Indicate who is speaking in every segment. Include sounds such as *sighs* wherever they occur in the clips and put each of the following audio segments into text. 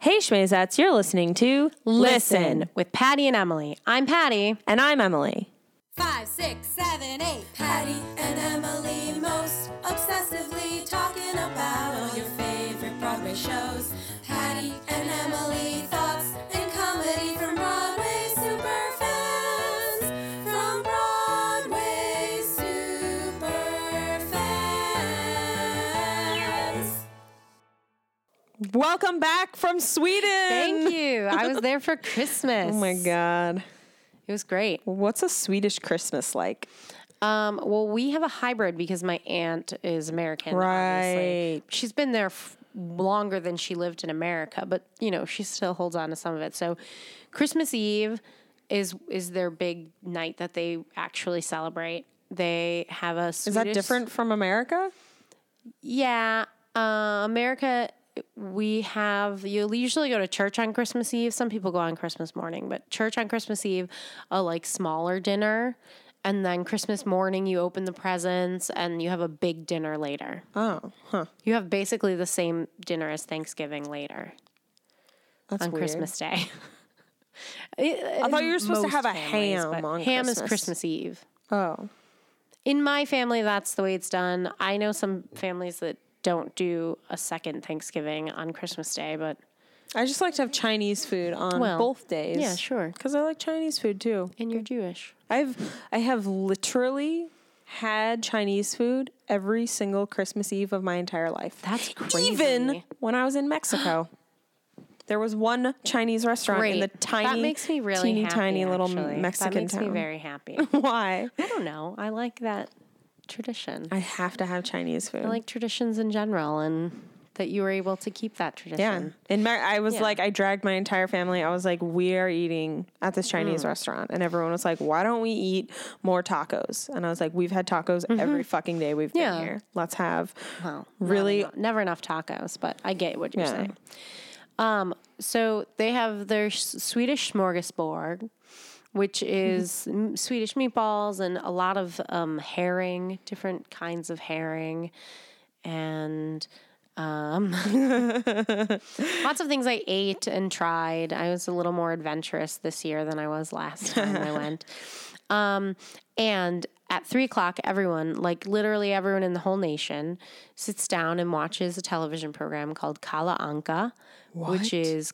Speaker 1: Hey Schmazettes, you're listening to Listen,
Speaker 2: Listen.
Speaker 1: with Patty and Emily. I'm Patty. And I'm Emily.
Speaker 3: Five, six, seven, eight. Patty and Emily most obsessively talking about all your favorite Broadway shows. Patty and Emily thoughts and comedy from Broadway superfans. From Broadway superfans.
Speaker 1: Welcome back from Sweden.
Speaker 2: Thank you. I was there for Christmas.
Speaker 1: *laughs* Oh my god.
Speaker 2: It was great.
Speaker 1: What's a Swedish Christmas like?
Speaker 2: Um, well, we have a hybrid because my aunt is American.
Speaker 1: Right.
Speaker 2: Obviously. She's been there f- longer than she lived in America, but you know she still holds on to some of it. So, Christmas Eve is is their big night that they actually celebrate. They have a
Speaker 1: Is that different from America?
Speaker 2: Yeah, uh, America. We have you'll usually go to church on Christmas Eve. Some people go on Christmas morning, but church on Christmas Eve, a like smaller dinner, and then Christmas morning you open the presents and you have a big dinner later.
Speaker 1: Oh, huh.
Speaker 2: You have basically the same dinner as Thanksgiving later
Speaker 1: That's
Speaker 2: on
Speaker 1: weird.
Speaker 2: Christmas Day.
Speaker 1: I thought you were supposed to have a ham
Speaker 2: But
Speaker 1: on
Speaker 2: ham
Speaker 1: Christmas.
Speaker 2: is Christmas Eve.
Speaker 1: Oh.
Speaker 2: in my family that's the way it's done i know some families that don't do a second thanksgiving on christmas day but
Speaker 1: I just like to have Chinese food on
Speaker 2: Well,
Speaker 1: both days.
Speaker 2: yeah, sure.
Speaker 1: Cuz I like Chinese food too.
Speaker 2: and you're jewish
Speaker 1: I've I have literally had Chinese food every single Christmas Eve of my entire life.
Speaker 2: That's
Speaker 1: Even
Speaker 2: crazy.
Speaker 1: when I was in Mexico. There was one Chinese restaurant in the tiny,
Speaker 2: that makes me really
Speaker 1: teeny
Speaker 2: happy,
Speaker 1: tiny little
Speaker 2: actually.
Speaker 1: Mexican
Speaker 2: that makes
Speaker 1: town.
Speaker 2: me very happy
Speaker 1: *laughs* Why?
Speaker 2: i don't know i like that tradition
Speaker 1: I have to have Chinese food.
Speaker 2: i like traditions in general and that you were able to keep that tradition
Speaker 1: yeah, and Mar- I was
Speaker 2: Yeah.
Speaker 1: like, I dragged my entire family. I was like, we are eating at this
Speaker 2: Mm.
Speaker 1: Chinese restaurant, and everyone was like, why don't we eat more tacos? And I was like, we've had tacos every fucking day we've
Speaker 2: Mm-hmm. Yeah.
Speaker 1: been here. Let's have
Speaker 2: Well, not
Speaker 1: really
Speaker 2: enough- never enough tacos, but I get what you're
Speaker 1: Yeah.
Speaker 2: saying. Um, so they have their S- Swedish smorgasbord, which *laughs* is m- Swedish meatballs and a lot of um, herring, different kinds of herring, and um, *laughs* lots of things I ate and tried. I was a little more adventurous this year than I was last time *laughs* I went. Um, and at three o'clock, everyone, like literally everyone in the whole nation, sits down and watches a television program called Kala Anka, which is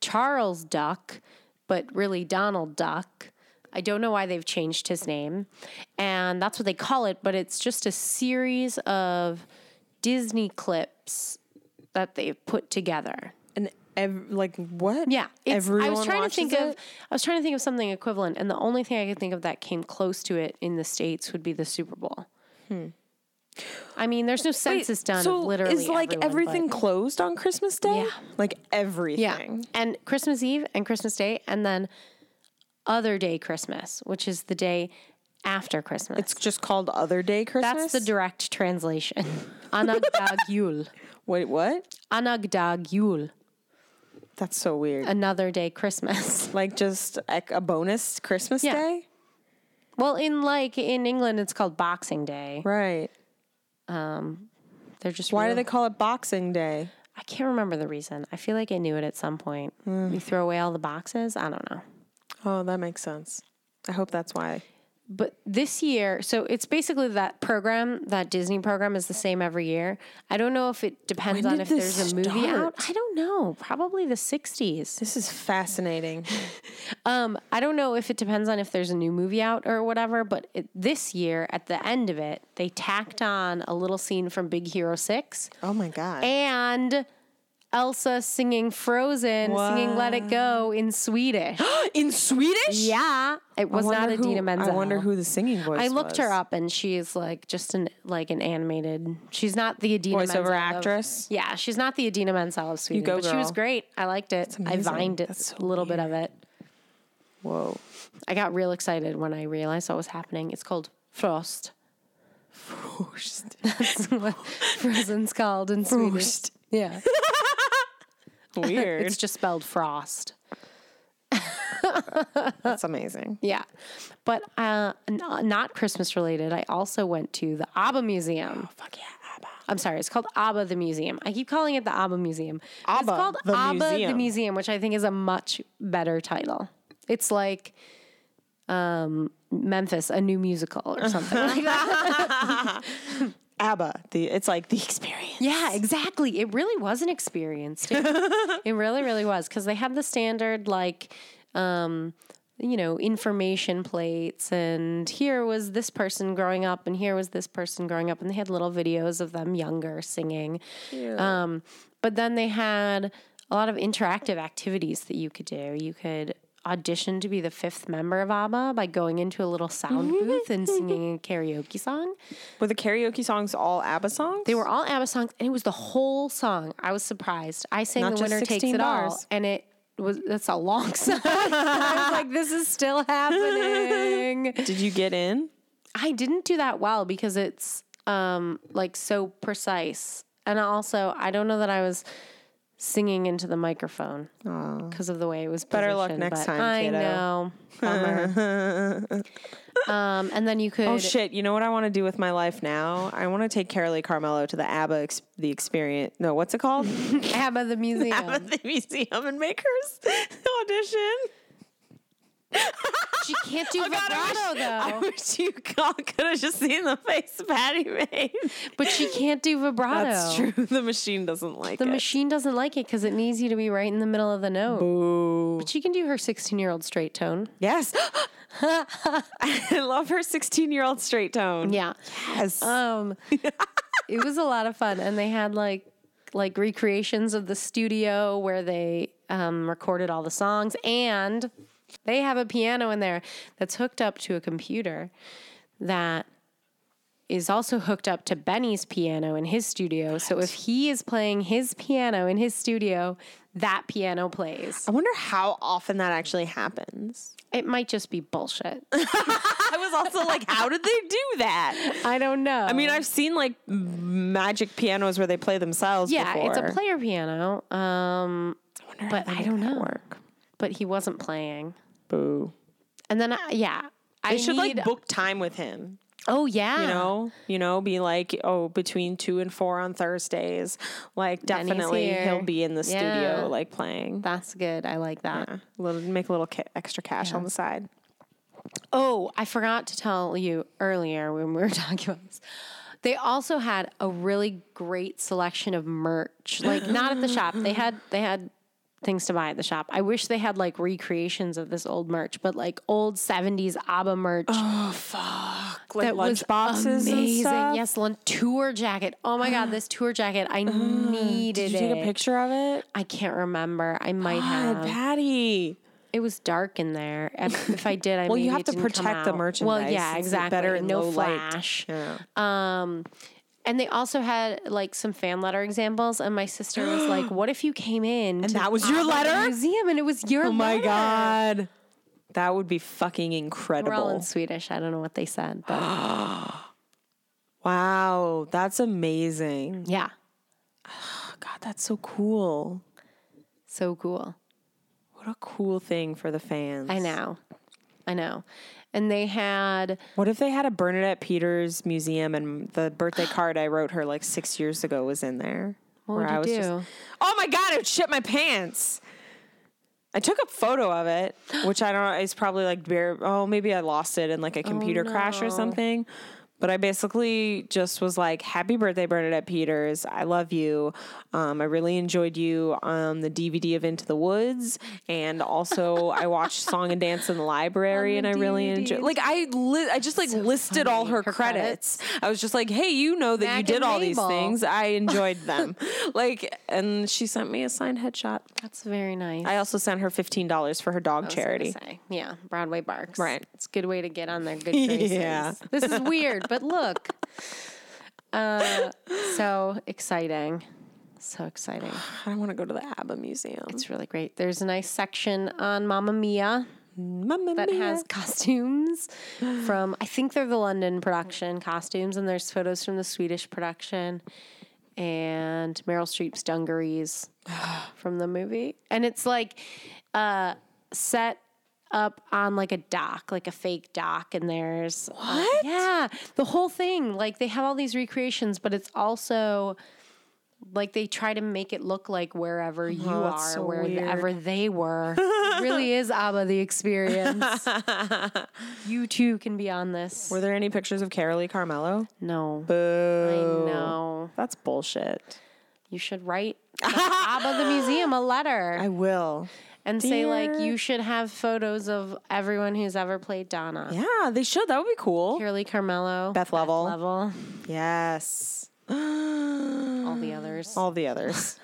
Speaker 2: Charles Duck, but really Donald Duck. I don't know why they've changed his name. And that's what they call it, but it's just a series of Disney clips that they've put together.
Speaker 1: an ev- like what?
Speaker 2: Yeah, it's,
Speaker 1: everyone
Speaker 2: I was trying to
Speaker 1: watches
Speaker 2: think
Speaker 1: it?
Speaker 2: of I was trying to think of something equivalent, and the only thing I could think of that came close to it in the states would be the Super Bowl. I mean, there's no
Speaker 1: Hmm. Wait,
Speaker 2: census done.
Speaker 1: So
Speaker 2: of literally,
Speaker 1: is like
Speaker 2: everyone, but-
Speaker 1: everything closed on Christmas Day?
Speaker 2: Yeah.
Speaker 1: like
Speaker 2: yeah,
Speaker 1: everything.
Speaker 2: and Christmas Eve and Christmas Day, and then other day Christmas, which is the day after Christmas.
Speaker 1: It's just called Other Day
Speaker 2: That's
Speaker 1: Christmas.
Speaker 2: the direct
Speaker 1: *laughs*
Speaker 2: translation. Anagdag Yule.
Speaker 1: wait. What?
Speaker 2: Anagdag Yule.
Speaker 1: That's so weird.
Speaker 2: Another day Christmas. *laughs*
Speaker 1: like just like a bonus Christmas
Speaker 2: Yeah.
Speaker 1: Day,
Speaker 2: Well, in like in England, it's called Boxing Day.
Speaker 1: right?
Speaker 2: They're just
Speaker 1: Why
Speaker 2: real-
Speaker 1: do they call it Boxing Day?
Speaker 2: I can't remember the reason. I feel like I knew it at some point. You throw away all the boxes. I don't know.
Speaker 1: Oh, that makes sense. I hope that's why.
Speaker 2: But this year, so it's basically that program, that Disney program is the same every year. I don't know if it depends
Speaker 1: When
Speaker 2: on
Speaker 1: did
Speaker 2: if there's
Speaker 1: this
Speaker 2: a movie out.
Speaker 1: start?
Speaker 2: I don't know. Probably the 60s.
Speaker 1: This is fascinating.
Speaker 2: Um, I don't know if it depends on if there's a new movie out or whatever, but it, this year at the end of it, they tacked on a little scene from Big Hero 6
Speaker 1: Oh my god.
Speaker 2: and Elsa singing Frozen, singing Let It Go in Swedish.
Speaker 1: *gasps* In Swedish?
Speaker 2: Yeah, it was not Adina
Speaker 1: who,
Speaker 2: Menzel.
Speaker 1: I wonder who the singing voice.
Speaker 2: I looked her
Speaker 1: was.
Speaker 2: up, and she is like just an like an animated. She's not the Adina
Speaker 1: Voiceover
Speaker 2: Menzel of-
Speaker 1: actress?
Speaker 2: yeah, she's not the Adina Menzel of Sweden.
Speaker 1: go,
Speaker 2: but she was
Speaker 1: girl.
Speaker 2: great. I liked it. I
Speaker 1: amazing.
Speaker 2: vined it
Speaker 1: That's so
Speaker 2: a little bit of it.
Speaker 1: Whoa.
Speaker 2: I got real excited when I realized what was happening. It's called Frost. *laughs* That's what Frozen's called in Swedish.
Speaker 1: Frost.
Speaker 2: Yeah, *laughs*
Speaker 1: Weird.
Speaker 2: it's just spelled Frost.
Speaker 1: that's amazing.
Speaker 2: Yeah, but uh, n- not Christmas related. I also went to the ABBA Museum.
Speaker 1: Fuck yeah, ABBA.
Speaker 2: I'm sorry, it's called ABBA the Museum. I keep calling it the ABBA Museum. But
Speaker 1: ABBA,
Speaker 2: it's called
Speaker 1: the
Speaker 2: ABBA the
Speaker 1: Museum.
Speaker 2: Museum, which I think is a much better title. It's like um, Memphis, a new musical
Speaker 1: *laughs*
Speaker 2: or something like that.
Speaker 1: ABBA. The it's like the experience.
Speaker 2: Yeah, exactly. It really was an experience. dude. it really, really was because they had the standard like, um, you know, information plates, and here was this person growing up, and here was this person growing up, and they had little videos of them younger singing. Um, but then they had a lot of interactive activities that you could do. You could audition to be the fifth member of ABBA by going into a little sound booth and singing a karaoke song.
Speaker 1: Were the karaoke songs all ABBA songs?
Speaker 2: They were all ABBA songs, and it was the whole song. I was surprised. I sang
Speaker 1: Not
Speaker 2: "The
Speaker 1: just
Speaker 2: Winner Takes
Speaker 1: 16
Speaker 2: It All,"
Speaker 1: bars.
Speaker 2: and it was that's a long *laughs* song. I was like, "This is still happening."
Speaker 1: Did you get in?
Speaker 2: I didn't do that well because it's um like so precise. And also, I don't know that I was singing into the microphone because of the way it was
Speaker 1: Better luck
Speaker 2: positioned, but
Speaker 1: next time,
Speaker 2: I
Speaker 1: kiddo.
Speaker 2: know. Bummer.
Speaker 1: *laughs*
Speaker 2: um, and then you could.
Speaker 1: Oh shit! You know what I want to do with my life now? I want to take Carolee Carmelo to the ABBA ex- the experience. No, what's it *laughs* called?
Speaker 2: ABBA the museum.
Speaker 1: ABBA the museum and makers *laughs* audition.
Speaker 2: She can't do
Speaker 1: Oh, God, I
Speaker 2: vibrato
Speaker 1: wish- I
Speaker 2: though.
Speaker 1: wish you all could have just seen the face Patty made.
Speaker 2: But she can't do vibrato.
Speaker 1: That's true. The machine doesn't like
Speaker 2: The
Speaker 1: it.
Speaker 2: machine doesn't like it because it needs you to be right in the middle of the note.
Speaker 1: Ooh.
Speaker 2: But she can do her 16 year old straight tone.
Speaker 1: Yes. *gasps* I love her 16 year old straight tone.
Speaker 2: Yeah.
Speaker 1: Yes. *laughs*
Speaker 2: Um, it was a lot of fun, and they had like like recreations of the studio where they um, recorded all the songs, and they have a piano in there that's hooked up to a computer that is also hooked up to Benny's piano in his studio. So if he is playing his piano in his studio, that piano plays.
Speaker 1: I wonder how often that actually happens.
Speaker 2: It might just be
Speaker 1: *laughs*
Speaker 2: bullshit.
Speaker 1: I was also like, how did they do that?
Speaker 2: I don't know.
Speaker 1: I mean, I've seen like m- magic pianos where they play themselves.
Speaker 2: yeah,
Speaker 1: before.
Speaker 2: it's a player piano. Um,
Speaker 1: wonder
Speaker 2: but
Speaker 1: how they
Speaker 2: I don't
Speaker 1: make that
Speaker 2: know.
Speaker 1: Work.
Speaker 2: but he wasn't playing.
Speaker 1: Boo.
Speaker 2: And then, I, yeah, I
Speaker 1: They should
Speaker 2: need,
Speaker 1: like book time with him.
Speaker 2: Oh yeah,
Speaker 1: You know, you know, be like, oh, between two and four on Thursdays, like
Speaker 2: Then he's
Speaker 1: definitely he'll
Speaker 2: here.
Speaker 1: be in
Speaker 2: Yeah.
Speaker 1: the studio, like playing.
Speaker 2: that's good. I like that.
Speaker 1: Little, make a little ca- extra cash on the side.
Speaker 2: Oh, I forgot to tell you earlier when we were *laughs* talking about this. They also had a really great selection of merch. Like not at the shop. They
Speaker 1: *gasps*
Speaker 2: had they had things to buy at the shop. I wish they had like recreations of this old merch, but like old 70s ABBA merch.
Speaker 1: Like lunch boxes and
Speaker 2: amazing.
Speaker 1: stuff?
Speaker 2: Yes, lun- tour jacket. Oh my god, this tour jacket. I needed
Speaker 1: Did you
Speaker 2: it.
Speaker 1: take a picture of it? Uh,
Speaker 2: I can't remember. I might have.
Speaker 1: Patty.
Speaker 2: It was dark in there. If if I did, I
Speaker 1: *laughs* Well, you
Speaker 2: maybe
Speaker 1: have
Speaker 2: it
Speaker 1: to
Speaker 2: didn't come
Speaker 1: protect the
Speaker 2: out. Well,
Speaker 1: merchandise.
Speaker 2: yeah,
Speaker 1: It's
Speaker 2: exactly.
Speaker 1: better in
Speaker 2: no
Speaker 1: low light.
Speaker 2: flash.
Speaker 1: Yeah.
Speaker 2: Um, and they also had like some fan letter examples. And my sister
Speaker 1: *gasps*
Speaker 2: was like, "What if you came in and
Speaker 1: that was your letter?
Speaker 2: museum and it was your
Speaker 1: Oh my
Speaker 2: letter?"
Speaker 1: god. That would be fucking
Speaker 2: We're all in
Speaker 1: incredible.
Speaker 2: Swedish. I don't know what they said,
Speaker 1: *gasps*
Speaker 2: but
Speaker 1: Wow, that's amazing.
Speaker 2: yeah,
Speaker 1: Oh, god, that's so cool.
Speaker 2: so cool.
Speaker 1: What a cool thing for the fans.
Speaker 2: I know, I know. And they had
Speaker 1: What if they had a Bernadette Peters museum and the
Speaker 2: *gasps*
Speaker 1: birthday card I wrote her like six years ago was in there?
Speaker 2: what would
Speaker 1: I
Speaker 2: you do?
Speaker 1: oh my god, I would shit my pants. I took a photo
Speaker 2: *gasps*
Speaker 1: of it, which I don't know is probably like bare. Oh, maybe I lost it in like
Speaker 2: Oh,
Speaker 1: a computer crash or something. But I basically just was like, "Happy birthday, Bernadette Peters! I love you. Um, I really enjoyed you on the DVD of Into the Woods, and
Speaker 2: *laughs*
Speaker 1: also I watched Song and Dance in the library, and I really enjoyed. Like I, li- I just like listed all her, credits. I was just like, "Hey, you know that you
Speaker 2: Mac
Speaker 1: did
Speaker 2: and
Speaker 1: all these
Speaker 2: Mabel.
Speaker 1: things. I enjoyed
Speaker 2: *laughs*
Speaker 1: them. like, and she sent me a signed headshot.
Speaker 2: That's very nice.
Speaker 1: I also sent her fifteen dollars for her dog
Speaker 2: was gonna
Speaker 1: charity.
Speaker 2: say. Yeah, Broadway Barks.
Speaker 1: Right.
Speaker 2: It's a good way to get on *laughs* their good graces.
Speaker 1: Yeah.
Speaker 2: This is weird, but *laughs* look. Uh, so exciting. So exciting.
Speaker 1: I want to go to the ABBA museum.
Speaker 2: It's really great. There's a nice section on Mamma Mia
Speaker 1: Mamma
Speaker 2: that
Speaker 1: mia.
Speaker 2: has costumes from, I think they're the London production costumes, and there's photos from the Swedish production and Meryl Streep's dungarees from the movie. And it's like uh, set up on like a dock, like a fake dock, and there's
Speaker 1: What?
Speaker 2: yeah, the whole thing. Like they have all these recreations, but it's also like they try to make it look like wherever you
Speaker 1: Oh,
Speaker 2: are,
Speaker 1: that's so
Speaker 2: wherever they
Speaker 1: *laughs*
Speaker 2: were. It really is ABBA the experience. you too can be on this.
Speaker 1: Were there any pictures of Carolee Carmelo?
Speaker 2: no. I
Speaker 1: Boo.
Speaker 2: know.
Speaker 1: That's bullshit.
Speaker 2: You should write ABBA the museum a letter.
Speaker 1: *laughs* I will.
Speaker 2: and say like
Speaker 1: Dear-
Speaker 2: you should have photos of everyone who's ever played Donna.
Speaker 1: Yeah, they should. That would be cool.
Speaker 2: Curly Carmelo,
Speaker 1: Beth Level.
Speaker 2: Level,
Speaker 1: Yes. *gasps*
Speaker 2: all the others.
Speaker 1: All the
Speaker 2: *laughs*
Speaker 1: others.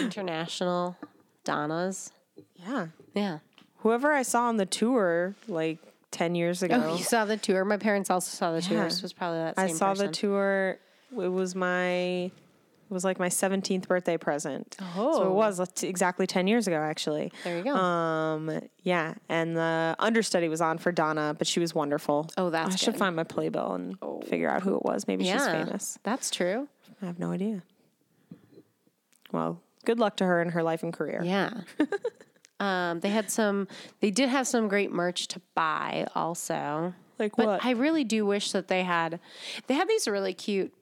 Speaker 2: International Donnas.
Speaker 1: yeah.
Speaker 2: Yeah.
Speaker 1: Whoever I saw on the tour like 10 years ago.
Speaker 2: Oh, you saw the tour. My parents also saw the tour.
Speaker 1: Yeah.
Speaker 2: This was probably that same
Speaker 1: I saw the
Speaker 2: person.
Speaker 1: tour. It was my, it was like my 17th birthday present. So
Speaker 2: Oh.
Speaker 1: it was like, t- exactly 10 years ago, actually.
Speaker 2: There you go.
Speaker 1: Um, yeah. And the understudy was on for Donna, but she was wonderful.
Speaker 2: Oh, that's
Speaker 1: I should
Speaker 2: good. Oh.
Speaker 1: find my playbill and figure out who it was. Maybe she's
Speaker 2: yeah,
Speaker 1: famous.
Speaker 2: that's true.
Speaker 1: I have no idea. Well, good luck to her in her life and career.
Speaker 2: Yeah. *laughs* um, they had some. They did have some great merch to buy also.
Speaker 1: Like
Speaker 2: But
Speaker 1: what?
Speaker 2: I really do wish that they had they had these really cute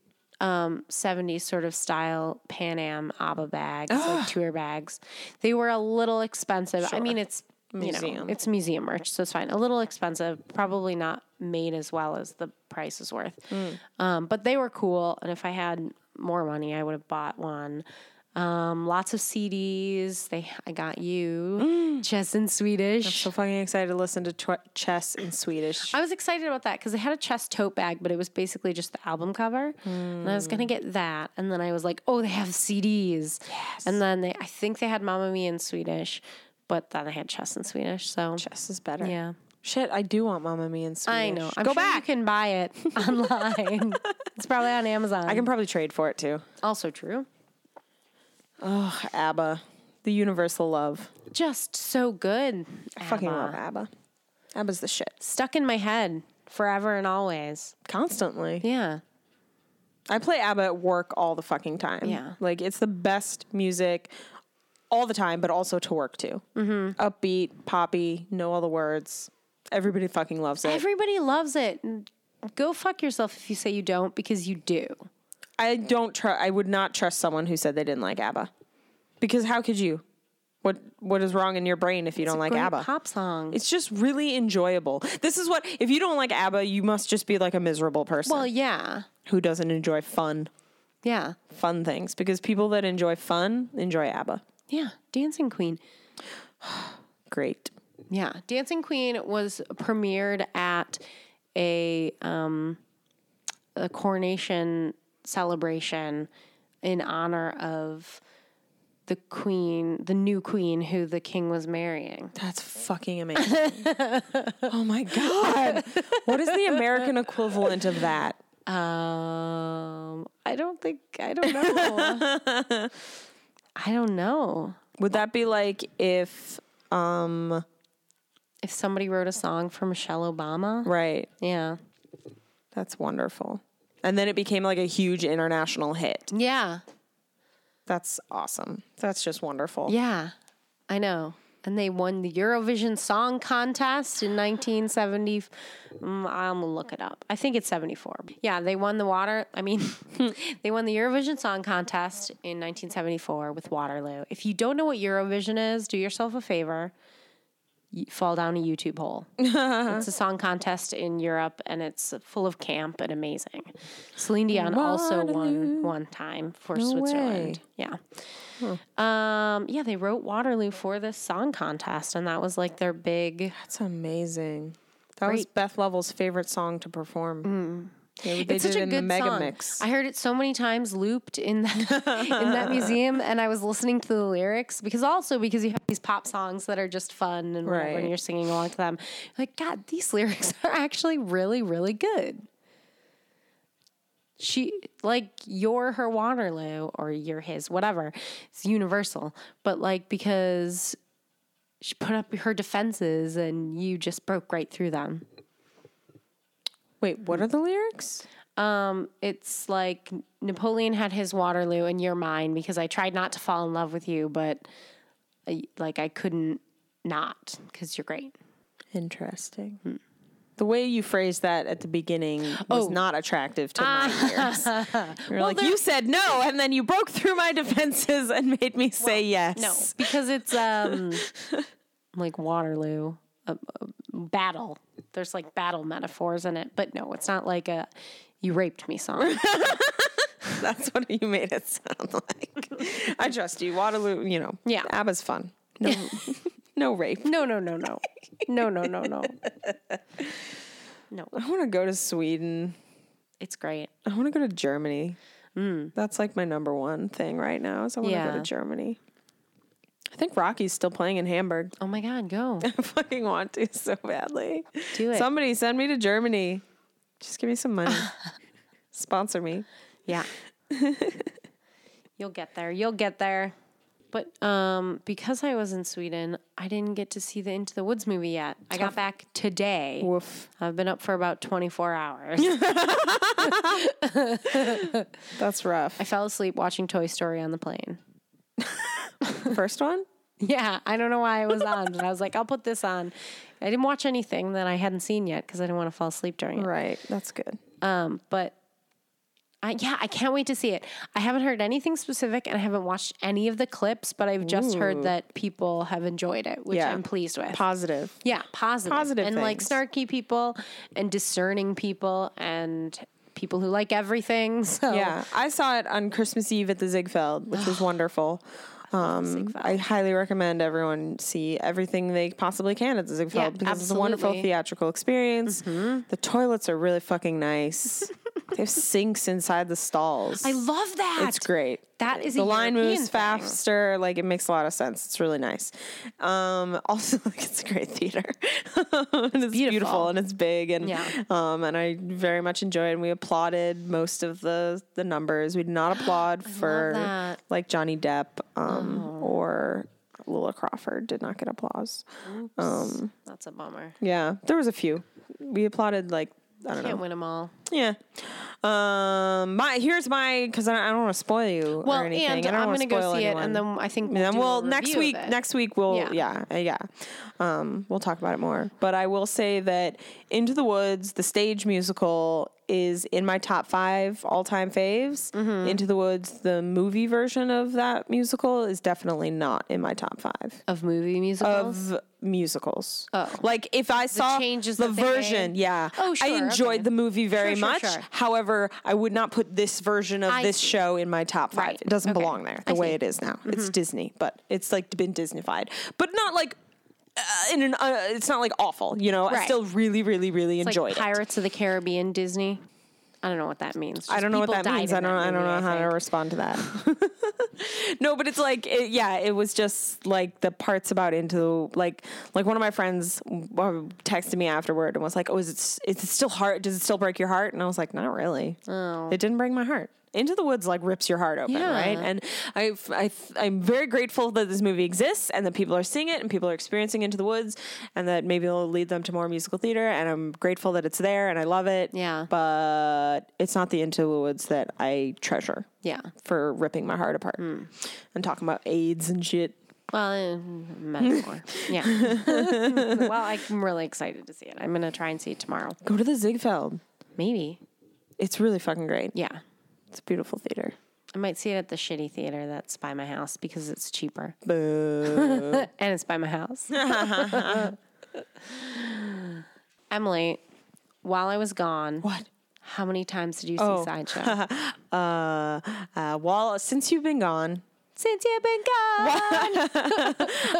Speaker 2: um 70s sort of style Pan Am ABBA bags,
Speaker 1: *gasps*
Speaker 2: like tour bags. They were a little expensive. I mean it's you know,
Speaker 1: Museum.
Speaker 2: it's museum merch, so it's fine. A little expensive, probably not made as well as the price is worth.
Speaker 1: Mm.
Speaker 2: Um, but they were cool, and if I had more money, I would have bought one. Um, lots of CDs. They, I got you,
Speaker 1: Mm.
Speaker 2: chess in Swedish.
Speaker 1: so fucking excited to listen to tw- chess in Swedish.
Speaker 2: I was excited about that because they had a chess tote bag, but it was basically just the album cover. And I was gonna get that, and then I was like, "Oh, they have CDs." And then they, I think they had Mamma Mia in Swedish, but then I had chess in Swedish. So
Speaker 1: chess is better.
Speaker 2: yeah,
Speaker 1: Shit, I do want Mamma Mia in Swedish.
Speaker 2: I know. I'm
Speaker 1: Go
Speaker 2: sure
Speaker 1: back.
Speaker 2: You can buy
Speaker 1: *laughs*
Speaker 2: it online. it's probably on Amazon.
Speaker 1: I can probably trade for it too.
Speaker 2: also true.
Speaker 1: ABBA, the universal love.
Speaker 2: Just so good.
Speaker 1: I fucking
Speaker 2: ABBA.
Speaker 1: love ABBA. ABBA's the shit.
Speaker 2: Stuck in my head forever and always.
Speaker 1: Constantly.
Speaker 2: Yeah.
Speaker 1: I play ABBA at work all the fucking time.
Speaker 2: Yeah.
Speaker 1: Like it's the best music all the time, but also to work to. Mm-hmm. Upbeat, poppy, know all the words. Everybody fucking loves it.
Speaker 2: Everybody loves it. And Go fuck yourself if you say you don't, because you do.
Speaker 1: I don't trust. I would not trust someone who said they didn't like ABBA, because how could you? What What is wrong in your brain if you don't like
Speaker 2: Great
Speaker 1: ABBA?
Speaker 2: pop song.
Speaker 1: It's just really enjoyable. This is what if you don't like ABBA, you must just be like a miserable person
Speaker 2: Well, yeah,
Speaker 1: who doesn't enjoy fun
Speaker 2: yeah,
Speaker 1: fun things. Because people that enjoy fun enjoy ABBA.
Speaker 2: yeah. Dancing Queen.
Speaker 1: Great.
Speaker 2: Yeah, Dancing Queen was premiered at a um, a coronation celebration in honor of the queen, the new queen who the king was marrying.
Speaker 1: That's fucking amazing. oh my god. What is the American equivalent of that?
Speaker 2: Um, I don't think I don't know. I don't know
Speaker 1: Would that be like if um
Speaker 2: if somebody wrote a song for Michelle Obama.
Speaker 1: right.
Speaker 2: Yeah,
Speaker 1: That's wonderful. And then it became like a huge international hit.
Speaker 2: yeah.
Speaker 1: That's awesome. That's just wonderful.
Speaker 2: Yeah, I know. And they won the Eurovision Song Contest in 1970. Mm, I'm gonna look it up. I think it's 74. Yeah, they won the water. I mean, *laughs* they won the Eurovision Song Contest in 1974 with Waterloo. If you don't know what Eurovision is, do yourself a favor. You fall down a YouTube hole. it's a song contest in Europe, and it's full of camp and amazing. Celine Dion also won one time for Switzerland. Yeah. Um, yeah, they wrote Waterloo for this song contest, and that was like their big.
Speaker 1: That's amazing. That was
Speaker 2: Great. Mm.
Speaker 1: Beth Level's favorite song to perform. They, they
Speaker 2: it's
Speaker 1: did
Speaker 2: such
Speaker 1: it
Speaker 2: a
Speaker 1: in
Speaker 2: good
Speaker 1: the mega
Speaker 2: song.
Speaker 1: mix.
Speaker 2: I heard it so many times looped in that, in
Speaker 1: *laughs*
Speaker 2: that museum, and I was listening to the lyrics because also because you have these pop songs that are just fun and whatever, and
Speaker 1: Right.
Speaker 2: you're singing along to them. Like God, these *laughs* lyrics are actually really, really good. She like you're her Waterloo or you're his whatever. It's universal, but like because she put up her defenses and you just broke right through them.
Speaker 1: Wait, what are the lyrics?
Speaker 2: Um, it's like Napoleon had his Waterloo and you're mine because I tried not to fall in love with you, but I, like I couldn't not because you're great.
Speaker 1: Interesting. The way you phrased that at the beginning was
Speaker 2: Hmm. Oh.
Speaker 1: not attractive
Speaker 2: *laughs*
Speaker 1: to my ears. You're like, you said no, and then you broke through my defenses and made me say yes. *laughs*
Speaker 2: No, because it's um like Waterloo, a, a battle. There's like battle metaphors in it, but no, it's not like a "you raped me" song.
Speaker 1: That's what you made it sound *laughs* like. I trust you. Waterloo, you know.
Speaker 2: Yeah.
Speaker 1: ABBA's fun.
Speaker 2: *laughs*
Speaker 1: No, no rape.
Speaker 2: No, no, no, no, no, no, no, no. No,
Speaker 1: I want to go to Sweden.
Speaker 2: it's great.
Speaker 1: I want to go to Germany. That's like my number one thing right now is I want to go
Speaker 2: Mm. Yeah.
Speaker 1: to Germany. I think Rocky's still playing in Hamburg. *laughs*
Speaker 2: Oh my God, go
Speaker 1: I fucking want to so badly.
Speaker 2: do it.
Speaker 1: Somebody send me to Germany. Just give me
Speaker 2: *laughs*
Speaker 1: some money. Sponsor me.
Speaker 2: Yeah. You'll get there. You'll get there. But um, because I was in Sweden, I didn't get to see the Into the Woods movie yet. I got back today.
Speaker 1: Woof.
Speaker 2: I've been up for about 24 *laughs* hours. *laughs*
Speaker 1: That's rough.
Speaker 2: I fell asleep watching Toy Story on the plane.
Speaker 1: First one?
Speaker 2: Yeah, I don't know why it was on, but I was like, I'll put this on. I didn't watch anything that I hadn't seen yet because I didn't want to fall asleep during it.
Speaker 1: Right. That's good.
Speaker 2: Um, but I, yeah, I can't wait to see it. I haven't heard anything specific and I haven't watched any of the clips, but I've just heard that people have enjoyed it, which
Speaker 1: Yeah.
Speaker 2: I'm pleased with.
Speaker 1: Positive.
Speaker 2: yeah, positive.
Speaker 1: Positive
Speaker 2: And like
Speaker 1: things.
Speaker 2: snarky people and discerning people and people who like everything. *laughs* So
Speaker 1: Yeah. I saw it on Christmas Eve at the Ziegfeld, which
Speaker 2: *sighs*
Speaker 1: was wonderful. Um, I highly recommend everyone see everything they possibly can at the Ziegfeld
Speaker 2: Yeah,
Speaker 1: because it's a wonderful
Speaker 2: absolutely. Mm-hmm.
Speaker 1: theatrical experience. The toilets are really
Speaker 2: *laughs*
Speaker 1: fucking nice. they have sinks inside the stalls.
Speaker 2: I love that.
Speaker 1: It's great.
Speaker 2: That is a
Speaker 1: the line
Speaker 2: European
Speaker 1: moves
Speaker 2: thing.
Speaker 1: faster. Like it makes a lot of sense. It's really nice. Um, *laughs* also, like it's a great theater. *laughs* and it's beautiful.
Speaker 2: beautiful.
Speaker 1: and it's big and
Speaker 2: Yeah.
Speaker 1: um, and I very much enjoyed. And we applauded most of the the numbers. We did
Speaker 2: *gasps*
Speaker 1: not applaud for
Speaker 2: that. Oh.
Speaker 1: like Johnny Depp um, or Lila Crawford. Did not get applause.
Speaker 2: That's a bummer.
Speaker 1: Yeah, there was a few. We applauded like I don't
Speaker 2: Can't
Speaker 1: know.
Speaker 2: win them all.
Speaker 1: Yeah. Um. My here's my because I, I don't want to spoil you
Speaker 2: Well,
Speaker 1: or anything.
Speaker 2: and
Speaker 1: I don't
Speaker 2: I'm
Speaker 1: wanna
Speaker 2: going to go
Speaker 1: spoil
Speaker 2: see
Speaker 1: anyone.
Speaker 2: it, and then I think we'll
Speaker 1: And then
Speaker 2: do a
Speaker 1: we'll next
Speaker 2: review
Speaker 1: week.
Speaker 2: of it.
Speaker 1: Next week we'll yeah
Speaker 2: Yeah.
Speaker 1: uh, yeah. Um, we'll talk about it more. But I will say that Into the Woods, the stage musical, is in my top five all time faves.
Speaker 2: Mm-hmm.
Speaker 1: Into the Woods, the movie version of that musical, is definitely not in my top five
Speaker 2: of movie musicals.
Speaker 1: of musicals. Oh. Like if I saw
Speaker 2: changes
Speaker 1: the
Speaker 2: that they
Speaker 1: version,
Speaker 2: made?
Speaker 1: yeah.
Speaker 2: Oh,
Speaker 1: I
Speaker 2: sure,
Speaker 1: enjoyed
Speaker 2: okay.
Speaker 1: the movie
Speaker 2: Sure,
Speaker 1: very
Speaker 2: sure,
Speaker 1: much.
Speaker 2: sure.
Speaker 1: However, I would not put this version of
Speaker 2: I
Speaker 1: this
Speaker 2: see.
Speaker 1: show in my top 5.
Speaker 2: Right.
Speaker 1: It doesn't
Speaker 2: Okay.
Speaker 1: belong there the
Speaker 2: I
Speaker 1: way
Speaker 2: see. Mm-hmm.
Speaker 1: it is now. It's Disney, but it's like been disneyfied. But not like uh, in an uh, it's not like awful, you know. I
Speaker 2: Right.
Speaker 1: still really really really
Speaker 2: It's
Speaker 1: enjoyed
Speaker 2: like
Speaker 1: it.
Speaker 2: Pirates of the Caribbean Disney. I don't know what that means.
Speaker 1: I
Speaker 2: Just
Speaker 1: don't know what
Speaker 2: people
Speaker 1: that
Speaker 2: died
Speaker 1: means.
Speaker 2: in
Speaker 1: I don't.
Speaker 2: that
Speaker 1: I don't
Speaker 2: movie,
Speaker 1: know how to
Speaker 2: think.
Speaker 1: respond to that.
Speaker 2: *laughs*
Speaker 1: no, but it's like, it, yeah, it was just like the parts about into like like one of my friends w- texted me afterward and was like, "Oh, is it s- is it still hard? Does it still break your heart?" And I was like, "Not really. It didn't break my heart." Into the woods like rips your heart open, right?
Speaker 2: Oh. Yeah.
Speaker 1: And I, I, I'm very grateful that this movie exists and that people are seeing it and people are experiencing Into the Woods, and that maybe it'll lead them to more musical theater. And I'm grateful that it's there and I love it
Speaker 2: Yeah.
Speaker 1: but it's not the into the woods that I treasure
Speaker 2: Yeah. Hmm.
Speaker 1: for ripping my heart apart and talking about AIDS and shit.
Speaker 2: Well, uh,
Speaker 1: *laughs*
Speaker 2: metaphor. yeah. *laughs* well, I'm really excited to see it. I'm gonna try and see it tomorrow.
Speaker 1: Go to the Ziegfeld.
Speaker 2: Maybe.
Speaker 1: It's really fucking great.
Speaker 2: Yeah.
Speaker 1: It's a beautiful theater.
Speaker 2: I might see it at the shitty theater that's by my house because it's cheaper
Speaker 1: Boo.
Speaker 2: and it's by my
Speaker 1: *laughs*
Speaker 2: house. Emily, while I was gone,
Speaker 1: what? Oh.
Speaker 2: how many times did you see
Speaker 1: *laughs*
Speaker 2: Sideshow?
Speaker 1: Uh, well, since you've been gone,
Speaker 2: Since you've been gone.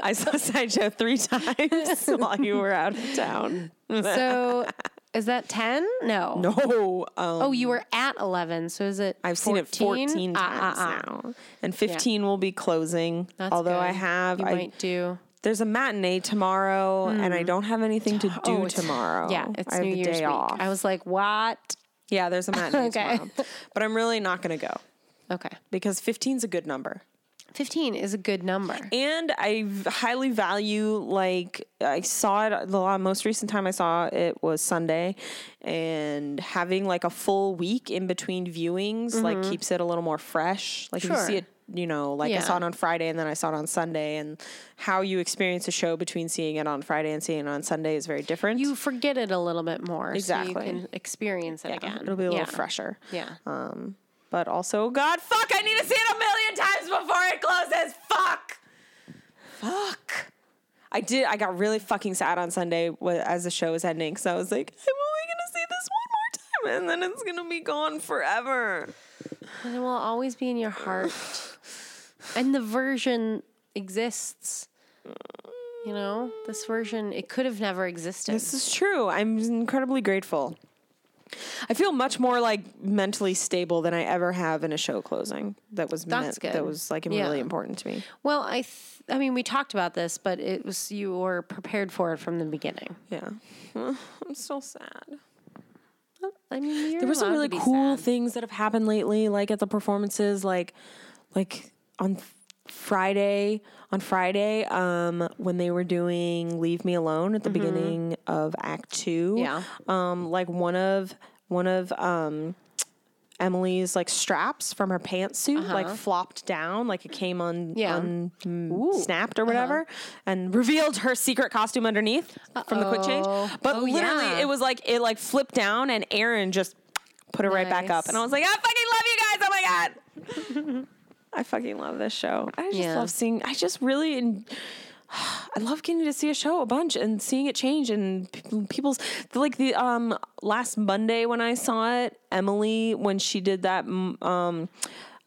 Speaker 1: I saw *laughs* Sideshow three times *laughs* while you were out of town.
Speaker 2: Hmm. So is that 10? No.
Speaker 1: No, um,
Speaker 2: Oh, you were at 11. So is it Uh-uh.
Speaker 1: I've seen it 14
Speaker 2: Ah,
Speaker 1: times now, and 15 will be closing.
Speaker 2: That's
Speaker 1: although I
Speaker 2: good.
Speaker 1: have,
Speaker 2: You
Speaker 1: I
Speaker 2: might do.
Speaker 1: there's a matinee tomorrow and I don't have anything to do
Speaker 2: Hmm. Oh, it's-
Speaker 1: tomorrow.
Speaker 2: Yeah, it's
Speaker 1: I have
Speaker 2: New
Speaker 1: the
Speaker 2: Year's
Speaker 1: day
Speaker 2: week.
Speaker 1: off.
Speaker 2: I was like, what?
Speaker 1: yeah,
Speaker 2: *laughs*
Speaker 1: there's a matinee
Speaker 2: Okay.
Speaker 1: tomorrow. But I'm really not going to go
Speaker 2: Okay.
Speaker 1: because 15 is a good number.
Speaker 2: 15 is a good number.
Speaker 1: And I v- highly value like I saw it the la- most recent time I saw it was Sunday and having like a full week in between viewings like keeps it a little more fresh. Like if you
Speaker 2: Mm-hmm. Sure.
Speaker 1: see it you know, like I
Speaker 2: Yeah.
Speaker 1: saw it on Friday and then I saw it on Sunday, and how you experience a show between seeing it on Friday and seeing it on Sunday is very different.
Speaker 2: You forget it a little bit more.
Speaker 1: Exactly.
Speaker 2: So you can experience it again.
Speaker 1: It'll be a little Uh.
Speaker 2: Yeah.
Speaker 1: fresher.
Speaker 2: Yeah.
Speaker 1: But also, God, fuck, I need to see it a million times before it closes. Fuck. Fuck. I did, I got really fucking sad on Sunday wa- as the show was ending because I was like, I'm only going to see this one more time and then it's going to be gone forever.
Speaker 2: and it will always be in your heart.
Speaker 1: *sighs*
Speaker 2: and the version exists. You know, this version, it could have never existed.
Speaker 1: This is true. I'm incredibly grateful. I feel much more like mentally stable than I ever have in a show closing. That was meant,
Speaker 2: That's
Speaker 1: that
Speaker 2: good.
Speaker 1: was like
Speaker 2: Yeah.
Speaker 1: really important to me.
Speaker 2: well, I, th- I mean, we talked about this, but it was you were prepared for it from the beginning.
Speaker 1: Yeah. *laughs* I'm still sad.
Speaker 2: I mean, you're
Speaker 1: there were
Speaker 2: allowed
Speaker 1: some
Speaker 2: to
Speaker 1: really
Speaker 2: be
Speaker 1: cool
Speaker 2: sad.
Speaker 1: things that have happened lately like at the performances like like on friday on friday um when they were doing leave me alone at the beginning of act two
Speaker 2: Mm-hmm. Yeah.
Speaker 1: um like one of one of um Emily's like straps from her pantsuit like flopped down, like it came
Speaker 2: Uh-huh.
Speaker 1: on,
Speaker 2: Yeah. Uh-huh.
Speaker 1: un- snapped or whatever, and revealed her secret costume underneath from the quick change.
Speaker 2: Uh-oh.
Speaker 1: But
Speaker 2: Oh,
Speaker 1: literally,
Speaker 2: yeah.
Speaker 1: it was like it like flipped down, and Aaron just put it right back up,
Speaker 2: Nice.
Speaker 1: and I was like, I fucking love you guys! Oh my god, *laughs* I fucking love this show. I just
Speaker 2: Yeah.
Speaker 1: love seeing. I just really. En- *sighs* I love getting to see a show a bunch and seeing it change and pe- people's like the um last Monday when I saw it, Emily when she did that mm, um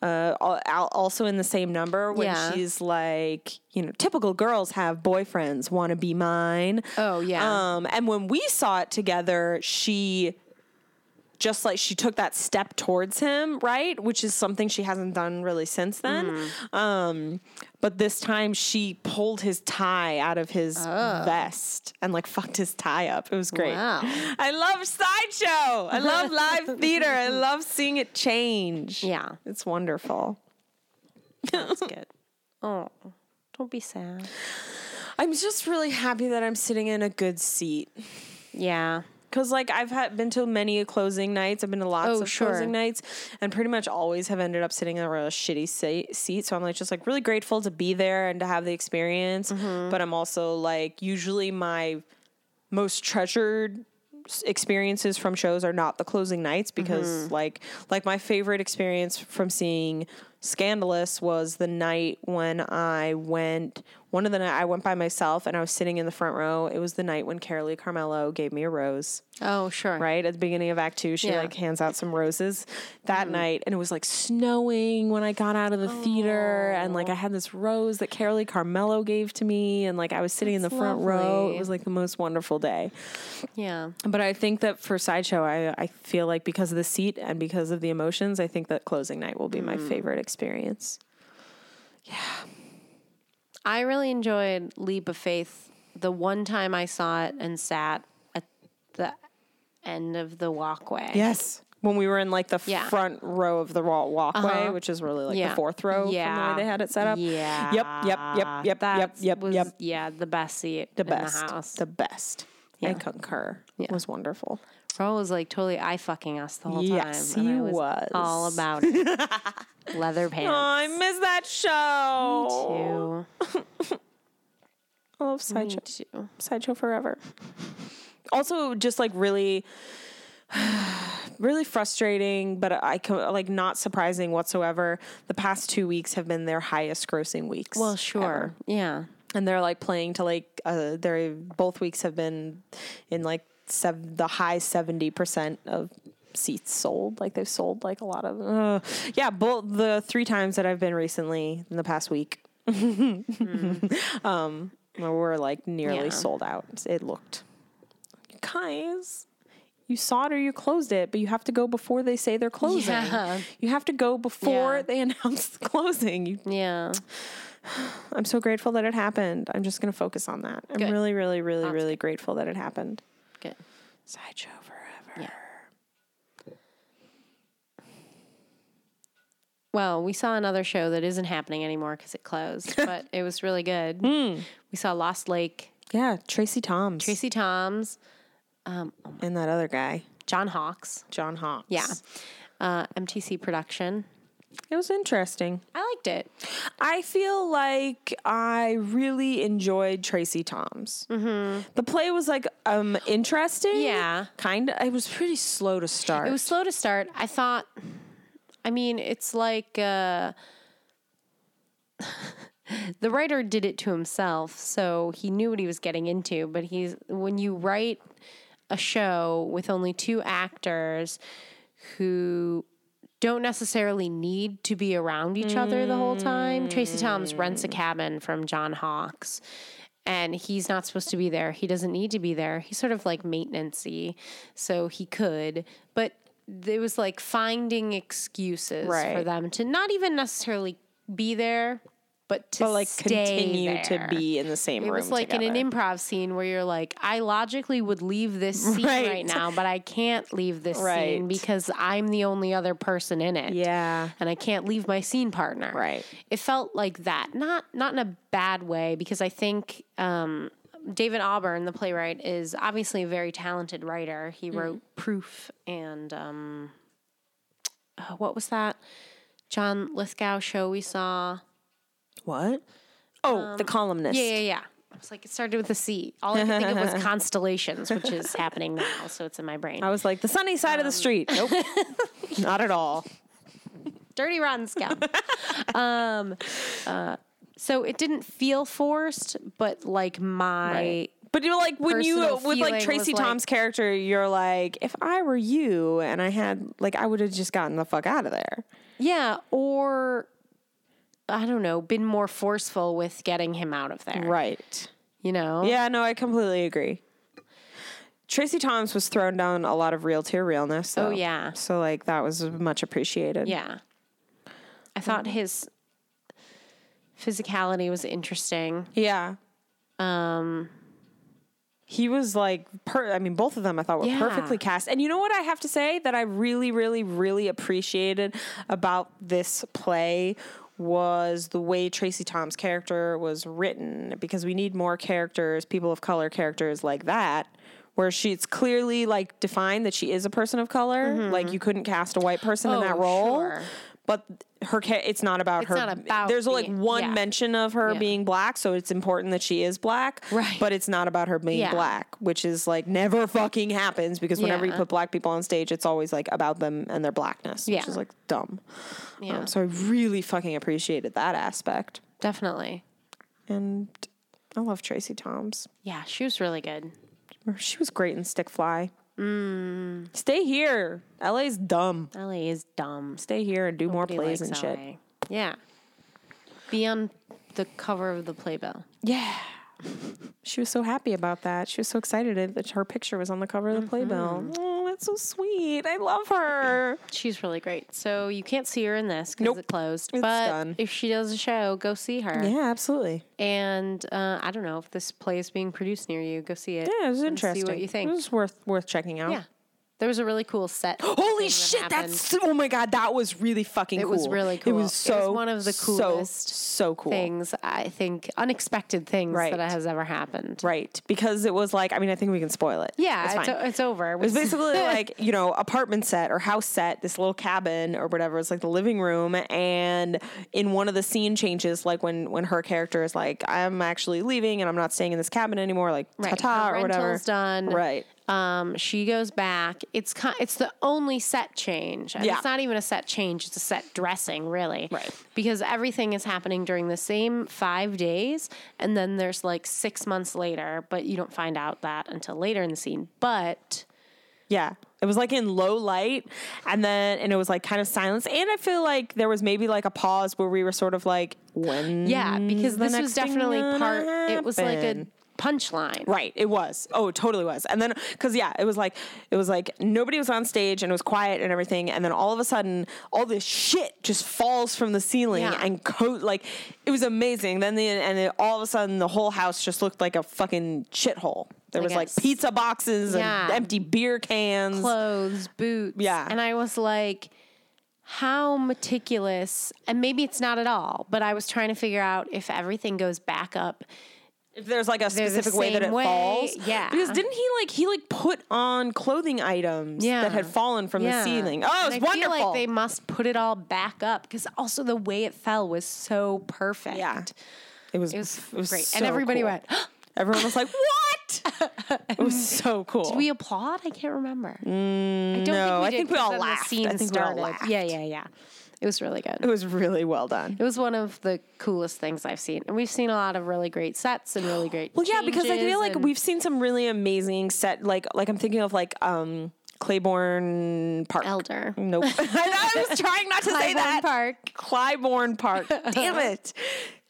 Speaker 1: uh al- al- also in the same number when
Speaker 2: Yeah.
Speaker 1: she's like, you know, typical girls have boyfriends, want to be mine.
Speaker 2: Oh, yeah.
Speaker 1: Um and when we saw it together, she just like she took that step towards him, right? Which is something she hasn't done really since then.
Speaker 2: Mm.
Speaker 1: Um, but this time she pulled his tie out of his vest and like fucked his tie up. It was great.
Speaker 2: Oh. Wow.
Speaker 1: *laughs* I love sideshow. I love
Speaker 2: *laughs*
Speaker 1: live theater. I love seeing it change.
Speaker 2: Yeah.
Speaker 1: It's wonderful.
Speaker 2: That's good. Oh, don't be sad.
Speaker 1: I'm just really happy that I'm sitting in a good seat.
Speaker 2: Yeah.
Speaker 1: Cause like I've had been to many closing nights, I've been to lots
Speaker 2: Oh,
Speaker 1: of
Speaker 2: sure.
Speaker 1: closing nights, and pretty much always have ended up sitting in a real shitty se- seat. So I'm like just like really grateful to be there and to have the experience,
Speaker 2: Mm-hmm.
Speaker 1: but I'm also like usually my most treasured s- experiences from shows are not the closing nights because
Speaker 2: Mm-hmm.
Speaker 1: like like my favorite experience from seeing Scandalous was the night when I went one of the night I went by myself and I was sitting in the front row. It was the night when Carolee Carmelo gave me a rose
Speaker 2: Oh, sure.
Speaker 1: right at the beginning of act two she
Speaker 2: Yeah. Mm-hmm.
Speaker 1: like hands out some roses that night and it was like snowing when i got out of the theater and like i had this rose that carolee carmelo gave to me and like i was sitting in the front row it
Speaker 2: lovely.
Speaker 1: was like the most wonderful day
Speaker 2: Yeah.
Speaker 1: but i think that for sideshow i, I feel like because of the seat and because of the emotions i think that closing night will be my
Speaker 2: Mm.
Speaker 1: favorite experience
Speaker 2: I really enjoyed Leap of Faith the one time I saw it and sat at the end of the walkway.
Speaker 1: yes when we were in like the
Speaker 2: Yeah.
Speaker 1: front row of the wall walkway,
Speaker 2: Uh-huh.
Speaker 1: which is really like
Speaker 2: Yeah.
Speaker 1: the fourth row from the way they had it set up.
Speaker 2: Yeah.
Speaker 1: Yep. Yep. Yep. Yep.
Speaker 2: That
Speaker 1: yep. Yep.
Speaker 2: was,
Speaker 1: yep.
Speaker 2: Yeah, the best seat
Speaker 1: the
Speaker 2: in
Speaker 1: best.
Speaker 2: the house.
Speaker 1: The best. I concur. It
Speaker 2: Yeah.
Speaker 1: was wonderful.
Speaker 2: Ro was like totally eye fucking us the whole time.
Speaker 1: Yes,
Speaker 2: and I
Speaker 1: he
Speaker 2: was,
Speaker 1: was.
Speaker 2: all
Speaker 1: *laughs*
Speaker 2: about it. Leather pants.
Speaker 1: Oh, miss that show.
Speaker 2: too.
Speaker 1: I love sideshow.
Speaker 2: Me too.
Speaker 1: Sideshow forever. Also, just like really, *sighs* really frustrating, but I co- like not surprising whatsoever. The past two weeks have been their highest grossing weeks.
Speaker 2: Well, sure.
Speaker 1: ever.
Speaker 2: Yeah.
Speaker 1: and they're like playing to like uh they're both weeks have been in like sev- the high 70% of seats sold like they've sold like a lot of uh, yeah both the three times that i've been recently in the past week *laughs* um we're like nearly
Speaker 2: Hmm. Yeah.
Speaker 1: sold out it looked you guys you saw it or you closed it but you have to go before they say they're closing
Speaker 2: Yeah.
Speaker 1: you have to go before
Speaker 2: Yeah.
Speaker 1: they *laughs* announce the closing you
Speaker 2: Yeah.
Speaker 1: I'm so grateful that it happened. I'm just going to focus on that. I'm
Speaker 2: Good.
Speaker 1: really, really, really, really grateful that it happened.
Speaker 2: Good.
Speaker 1: Sideshow forever.
Speaker 2: Well, we saw another show that isn't happening anymore because it closed, but it was really good. We saw Lost Lake,
Speaker 1: Yeah, Tracy Toms
Speaker 2: Tracy Toms,
Speaker 1: and that other guy,
Speaker 2: John Hawks,
Speaker 1: John Hawks.
Speaker 2: yeah, uh, MTC Production,
Speaker 1: It was interesting.
Speaker 2: I liked it.
Speaker 1: I feel like I really enjoyed Tracy Toms. The play was like um interesting.
Speaker 2: Mm-hmm. Yeah.
Speaker 1: kind of. It was pretty slow to start.
Speaker 2: It was slow to start. I thought, I mean, it's like uh, the writer did it to himself, so he knew what he was getting into. But he's when you write a show with only two actors who don't necessarily need to be around each other the whole time. Tracy Toms rents a cabin from John Hawkes. And he's not supposed to be there. He doesn't need to be there. He's sort of like maintenancey, so he could. But it was like finding excuses for
Speaker 1: Right.
Speaker 2: them to not even necessarily be there, but to
Speaker 1: but like
Speaker 2: stay
Speaker 1: continue
Speaker 2: there.
Speaker 1: to be in the same
Speaker 2: It
Speaker 1: room.
Speaker 2: was like
Speaker 1: together.
Speaker 2: in an improv scene where you're like, I logically would leave
Speaker 1: *laughs*
Speaker 2: this scene right,
Speaker 1: Right.
Speaker 2: now, but I can't leave this scene
Speaker 1: Right.
Speaker 2: because I'm the only other person in it.
Speaker 1: Yeah.
Speaker 2: And I can't leave my scene partner.
Speaker 1: Right.
Speaker 2: It felt like that. Not not in a bad way, because I think um, David Auburn, the playwright, is obviously a very talented writer. He
Speaker 1: Mm.
Speaker 2: wrote Proof and um, uh, what was that? John Lithgow show we saw.
Speaker 1: What? Oh, the columnist.
Speaker 2: Um, Yeah, yeah, yeah. I was like, it started with a C. All I could think of
Speaker 1: *laughs*
Speaker 2: was constellations, which is *laughs* happening now, so it's in my brain.
Speaker 1: I was like the sunny side
Speaker 2: Um,
Speaker 1: of the street.
Speaker 2: *laughs*
Speaker 1: Nope, not at all.
Speaker 2: Dirty Rotten
Speaker 1: *laughs*
Speaker 2: Scout. um, uh, so it didn't feel forced, but like my
Speaker 1: But you're like when you
Speaker 2: Personal
Speaker 1: with
Speaker 2: feeling
Speaker 1: like Tracy
Speaker 2: was like-
Speaker 1: Tom's character, you're like, if I were you and I had like, I would have just gotten the fuck out of there.
Speaker 2: yeah, or I don't know, been more forceful with getting him out of there.
Speaker 1: Right.
Speaker 2: You know.
Speaker 1: Yeah, no, I completely agree. Tracy Toms was thrown down a lot of real to realness.
Speaker 2: Oh,
Speaker 1: though.
Speaker 2: yeah.
Speaker 1: So like that was much appreciated.
Speaker 2: Yeah.
Speaker 1: Mm-hmm.
Speaker 2: I thought his physicality was interesting.
Speaker 1: Yeah.
Speaker 2: Um,
Speaker 1: He was like, per- I mean, both of them I thought were
Speaker 2: Yeah.
Speaker 1: perfectly cast. And you know what I have to say that I really, really, really appreciated about this play was the way Tracy Tom's character was written because we need more characters, people of color characters like that. Where she, it's clearly like defined that she is a person of color. Like you couldn't cast a white person in
Speaker 2: Mm-hmm. Oh,
Speaker 1: that role,
Speaker 2: sure.
Speaker 1: but her, ca- it's not about her.
Speaker 2: not about
Speaker 1: there's like
Speaker 2: being-
Speaker 1: one
Speaker 2: yeah.
Speaker 1: mention of her
Speaker 2: Yeah.
Speaker 1: being black, so it's important that she is black.
Speaker 2: Right.
Speaker 1: But it's not about her being
Speaker 2: Yeah.
Speaker 1: black, which is like never fucking happens because whenever
Speaker 2: Yeah.
Speaker 1: you put black people on stage, it's always like about them and their blackness,
Speaker 2: Yeah.
Speaker 1: which is like dumb.
Speaker 2: yeah,
Speaker 1: Um, so I really fucking appreciated that aspect.
Speaker 2: definitely.
Speaker 1: And I love Tracy Toms.
Speaker 2: Yeah, she was really good.
Speaker 1: She was great in Stick Fly. Mm. Stay here. LA's dumb.
Speaker 2: LA is dumb.
Speaker 1: Stay here and do more
Speaker 2: Nobody
Speaker 1: plays and
Speaker 2: likes
Speaker 1: shit.
Speaker 2: LA. Yeah. Be on the cover of the playbill.
Speaker 1: Yeah. She was so happy about that. She was so excited that her picture was on the cover of the Playbill.
Speaker 2: Mm-hmm.
Speaker 1: Oh, that's so sweet. I love her.
Speaker 2: She's really great. So you can't see her in this because
Speaker 1: Nope.
Speaker 2: it closed.
Speaker 1: It's
Speaker 2: but
Speaker 1: done.
Speaker 2: if she does a show, go see her.
Speaker 1: Yeah, absolutely.
Speaker 2: And uh, I don't know if this play is being produced near you. Go see it.
Speaker 1: Yeah, it was
Speaker 2: and
Speaker 1: interesting.
Speaker 2: See what you think.
Speaker 1: It was worth worth checking out.
Speaker 2: yeah. There was a really cool set.
Speaker 1: *gasps* Holy
Speaker 2: thing that
Speaker 1: shit,
Speaker 2: happened.
Speaker 1: that's oh my god, that was really fucking
Speaker 2: It
Speaker 1: cool.
Speaker 2: was really cool. It
Speaker 1: It
Speaker 2: was
Speaker 1: was so
Speaker 2: one of the
Speaker 1: so,
Speaker 2: coolest
Speaker 1: so, cool.
Speaker 2: things I think unexpected things
Speaker 1: Right.
Speaker 2: that has ever happened.
Speaker 1: Right. Because it was like I mean, I think we can spoil it.
Speaker 2: Yeah,
Speaker 1: it's
Speaker 2: it's,
Speaker 1: fine.
Speaker 2: o- it's over. *laughs*
Speaker 1: It was basically like, you know, apartment set or house set, this little cabin or whatever. It's like the living room. And in one of the scene changes, like when when her character is like, I'm actually leaving and I'm not staying in this cabin anymore, like
Speaker 2: Right.
Speaker 1: ta-ta
Speaker 2: Her
Speaker 1: or whatever.
Speaker 2: rental's done.
Speaker 1: Right.
Speaker 2: Um, she goes back. It's ki it's the only set change. And
Speaker 1: Yeah.
Speaker 2: It's not even a set change. It's a set dressing, really.
Speaker 1: Right.
Speaker 2: Because everything is happening during the same five days, and then there's like six months later, but you don't find out that until later in the scene. But
Speaker 1: Yeah. It was like in low light and then and it was like kind of silence. And I feel like there was maybe like a pause where we were sort of like, when
Speaker 2: yeah, because
Speaker 1: Mm, the
Speaker 2: this was
Speaker 1: next thing
Speaker 2: definitely
Speaker 1: gonna
Speaker 2: part. It was like a
Speaker 1: happen?
Speaker 2: punchline.
Speaker 1: Right, it was. Oh, it totally was. And then cuz yeah, it was like it was like nobody was on stage and it was quiet and everything and then all of a sudden all this shit just falls from the ceiling
Speaker 2: Yeah.
Speaker 1: and coat like it was amazing. Then the and it, all of a sudden the whole house just looked like a fucking shithole. There was like
Speaker 2: guess.
Speaker 1: pizza boxes
Speaker 2: Yeah.
Speaker 1: and empty beer cans.
Speaker 2: clothes, boots.
Speaker 1: Yeah.
Speaker 2: And I was like, how meticulous, and maybe it's not at all, but I was trying to figure out if everything goes back up
Speaker 1: If there's like a
Speaker 2: the
Speaker 1: specific way that
Speaker 2: same
Speaker 1: it
Speaker 2: way,
Speaker 1: falls.
Speaker 2: yeah.
Speaker 1: Because didn't he like he like put on clothing items
Speaker 2: Yeah.
Speaker 1: that had fallen from the
Speaker 2: Yeah.
Speaker 1: ceiling? Oh,
Speaker 2: And
Speaker 1: it's
Speaker 2: I feel
Speaker 1: wonderful.
Speaker 2: like they must put it all back up because also the way it fell was so perfect.
Speaker 1: yeah. It was,
Speaker 2: It was,
Speaker 1: it was
Speaker 2: great.
Speaker 1: so
Speaker 2: and everybody
Speaker 1: cool.
Speaker 2: went,
Speaker 1: Everyone was like, "What?" *laughs* it was so cool.
Speaker 2: Did we applaud? I can't remember. I don't
Speaker 1: Mm, no, I
Speaker 2: did
Speaker 1: think we
Speaker 2: 'cause
Speaker 1: all
Speaker 2: then the
Speaker 1: laughed. I
Speaker 2: scene
Speaker 1: think we all
Speaker 2: started.
Speaker 1: laughed.
Speaker 2: Yeah, yeah, yeah. It was really
Speaker 1: it
Speaker 2: good.
Speaker 1: was really well done.
Speaker 2: It was one of the coolest things I've seen. And we've seen a lot of really great sets and really great.
Speaker 1: Well, yeah, because I
Speaker 2: changes
Speaker 1: feel like
Speaker 2: and-
Speaker 1: we've seen some really amazing set. Like, like I'm thinking of like um Claiborne Park.
Speaker 2: Elder.
Speaker 1: Nope. *laughs* I was trying not to say
Speaker 2: Claiborne
Speaker 1: that.
Speaker 2: Park.
Speaker 1: Clybourne Park. Damn it.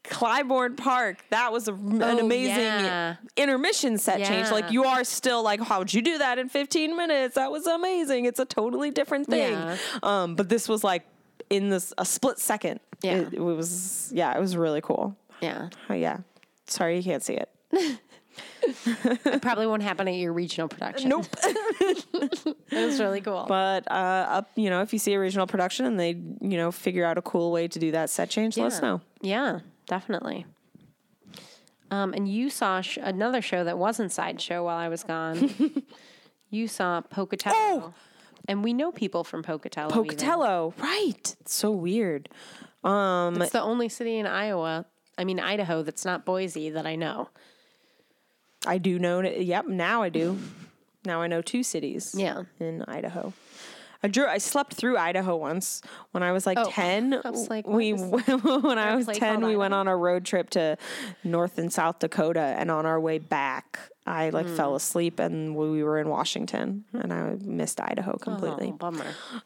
Speaker 1: Clybourne Park. That was a, an amazing
Speaker 2: Oh, yeah.
Speaker 1: intermission set change.
Speaker 2: Yeah.
Speaker 1: Like you are still like, how'd you do that in 15 minutes? That was amazing. It's a totally different thing.
Speaker 2: Yeah.
Speaker 1: Um, but this was like in this a split second.
Speaker 2: Yeah.
Speaker 1: It, it was yeah, it was really cool.
Speaker 2: Yeah.
Speaker 1: Oh, yeah. Sorry you can't see it.
Speaker 2: It probably won't happen at your regional production.
Speaker 1: Nope.
Speaker 2: *laughs* It was really cool.
Speaker 1: But uh, up, you know, if you see a regional production and they, you know, figure out a cool way to do that set change, let us know.
Speaker 2: Yeah, definitely. Um, and you saw sh- another show that wasn't Sideshow while I was
Speaker 1: *laughs*
Speaker 2: gone. you saw Pocatello.
Speaker 1: Oh!
Speaker 2: And we know people from Pocatello. even.
Speaker 1: Pocatello, right? It's so weird.
Speaker 2: It's the only city in Iowa, I mean, Idaho, that's not Boise that I know.
Speaker 1: I do know. Yep, now I do. Now I know two cities.
Speaker 2: Yeah.
Speaker 1: in Idaho. I drew. I slept through Idaho once when I was like
Speaker 2: Oh,
Speaker 1: ten.
Speaker 2: I was like,
Speaker 1: we *laughs* when I was
Speaker 2: place
Speaker 1: ten,
Speaker 2: called
Speaker 1: we went
Speaker 2: Idaho?
Speaker 1: on a road trip to North and South Dakota, and on our way back, I like fell
Speaker 2: Hmm.
Speaker 1: asleep, and we were in Washington, and I missed Idaho completely.
Speaker 2: Oh,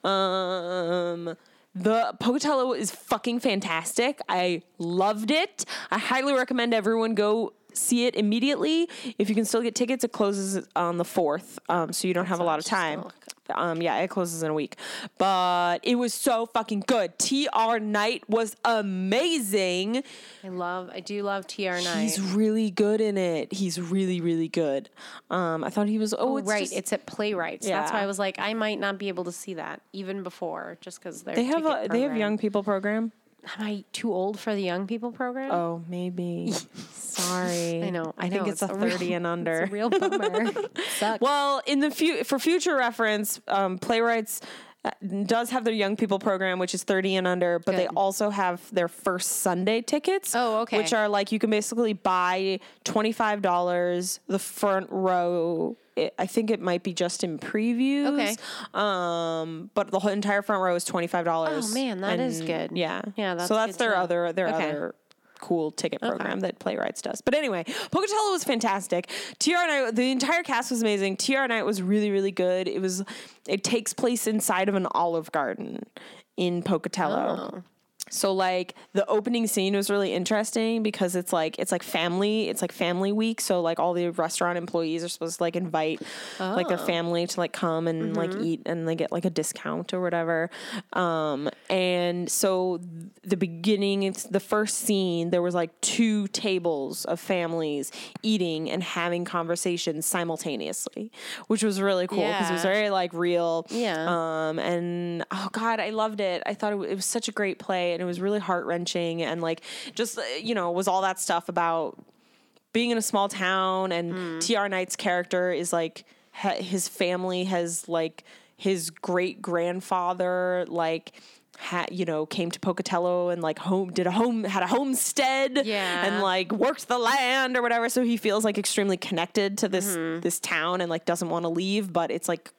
Speaker 2: bummer.
Speaker 1: Um, the Pocatello is fucking fantastic. I loved it. I highly recommend everyone go see it immediately. If you can still get tickets, it closes on the 4th, um, so you don't have a lot of time. Um, yeah, it closes in a week. But it was so fucking good. TR Knight was amazing.
Speaker 2: I love, I do love TR9.
Speaker 1: He's really good in it. He's really, really good. Um, I thought he was, oh,
Speaker 2: Oh,
Speaker 1: it's
Speaker 2: right,
Speaker 1: just-
Speaker 2: it's at Playwrights. That's why
Speaker 1: Yeah.
Speaker 2: I was like, I might not be able to see that even before, just because
Speaker 1: they have a, they have young people program.
Speaker 2: Am I too old for the young people program?
Speaker 1: Oh, maybe. Sorry.
Speaker 2: *laughs* I know. I,
Speaker 1: think
Speaker 2: know,
Speaker 1: it's, a,
Speaker 2: real-
Speaker 1: thirty and under.
Speaker 2: It's a real
Speaker 1: *laughs*
Speaker 2: bummer. Sucks.
Speaker 1: well, in the few for future reference, um, playwrights uh, does have their young people program, which is thirty and under, but they
Speaker 2: Good.
Speaker 1: also have their first Sunday tickets.
Speaker 2: Oh, okay.
Speaker 1: Which are like you can basically buy twenty five dollars the front row. It, I think it might be just in previews.
Speaker 2: Okay.
Speaker 1: Um, but the whole entire front row is twenty five dollars.
Speaker 2: Oh, man, that is good.
Speaker 1: Yeah.
Speaker 2: Yeah, that's
Speaker 1: so that's
Speaker 2: good
Speaker 1: their
Speaker 2: to know.
Speaker 1: other their
Speaker 2: Okay.
Speaker 1: other cool ticket program that Playwrights does. But anyway, Pocatello was fantastic. TR Night, the entire cast was amazing. TR Night was really, really good. It was, it takes place inside of an Olive Garden in Pocatello. So like the opening scene was really interesting because it's like it's like family it's like family week so like all the restaurant employees are supposed to like invite like their family to like come and like eat and they get like a discount or whatever um and so th- the beginning it's the first scene there was like two tables of families eating and having conversations simultaneously which was really cool because it was
Speaker 2: Yeah.
Speaker 1: very like real
Speaker 2: Yeah.
Speaker 1: um, and oh god, I loved it. I thought it, wa- it was such a great play, and it was really heart wrenching, and like just uh, you know was all that stuff about being in a small town, and
Speaker 2: Mm.
Speaker 1: T.R. Knight's character is like ha- his family has like his great grandfather like. Ha, you know, came to Pocatello and like home did a home had a homestead,
Speaker 2: Yeah.
Speaker 1: and like worked the land or whatever. So he feels like extremely connected to this
Speaker 2: Mm-hmm.
Speaker 1: this town and like doesn't want to leave, but it's like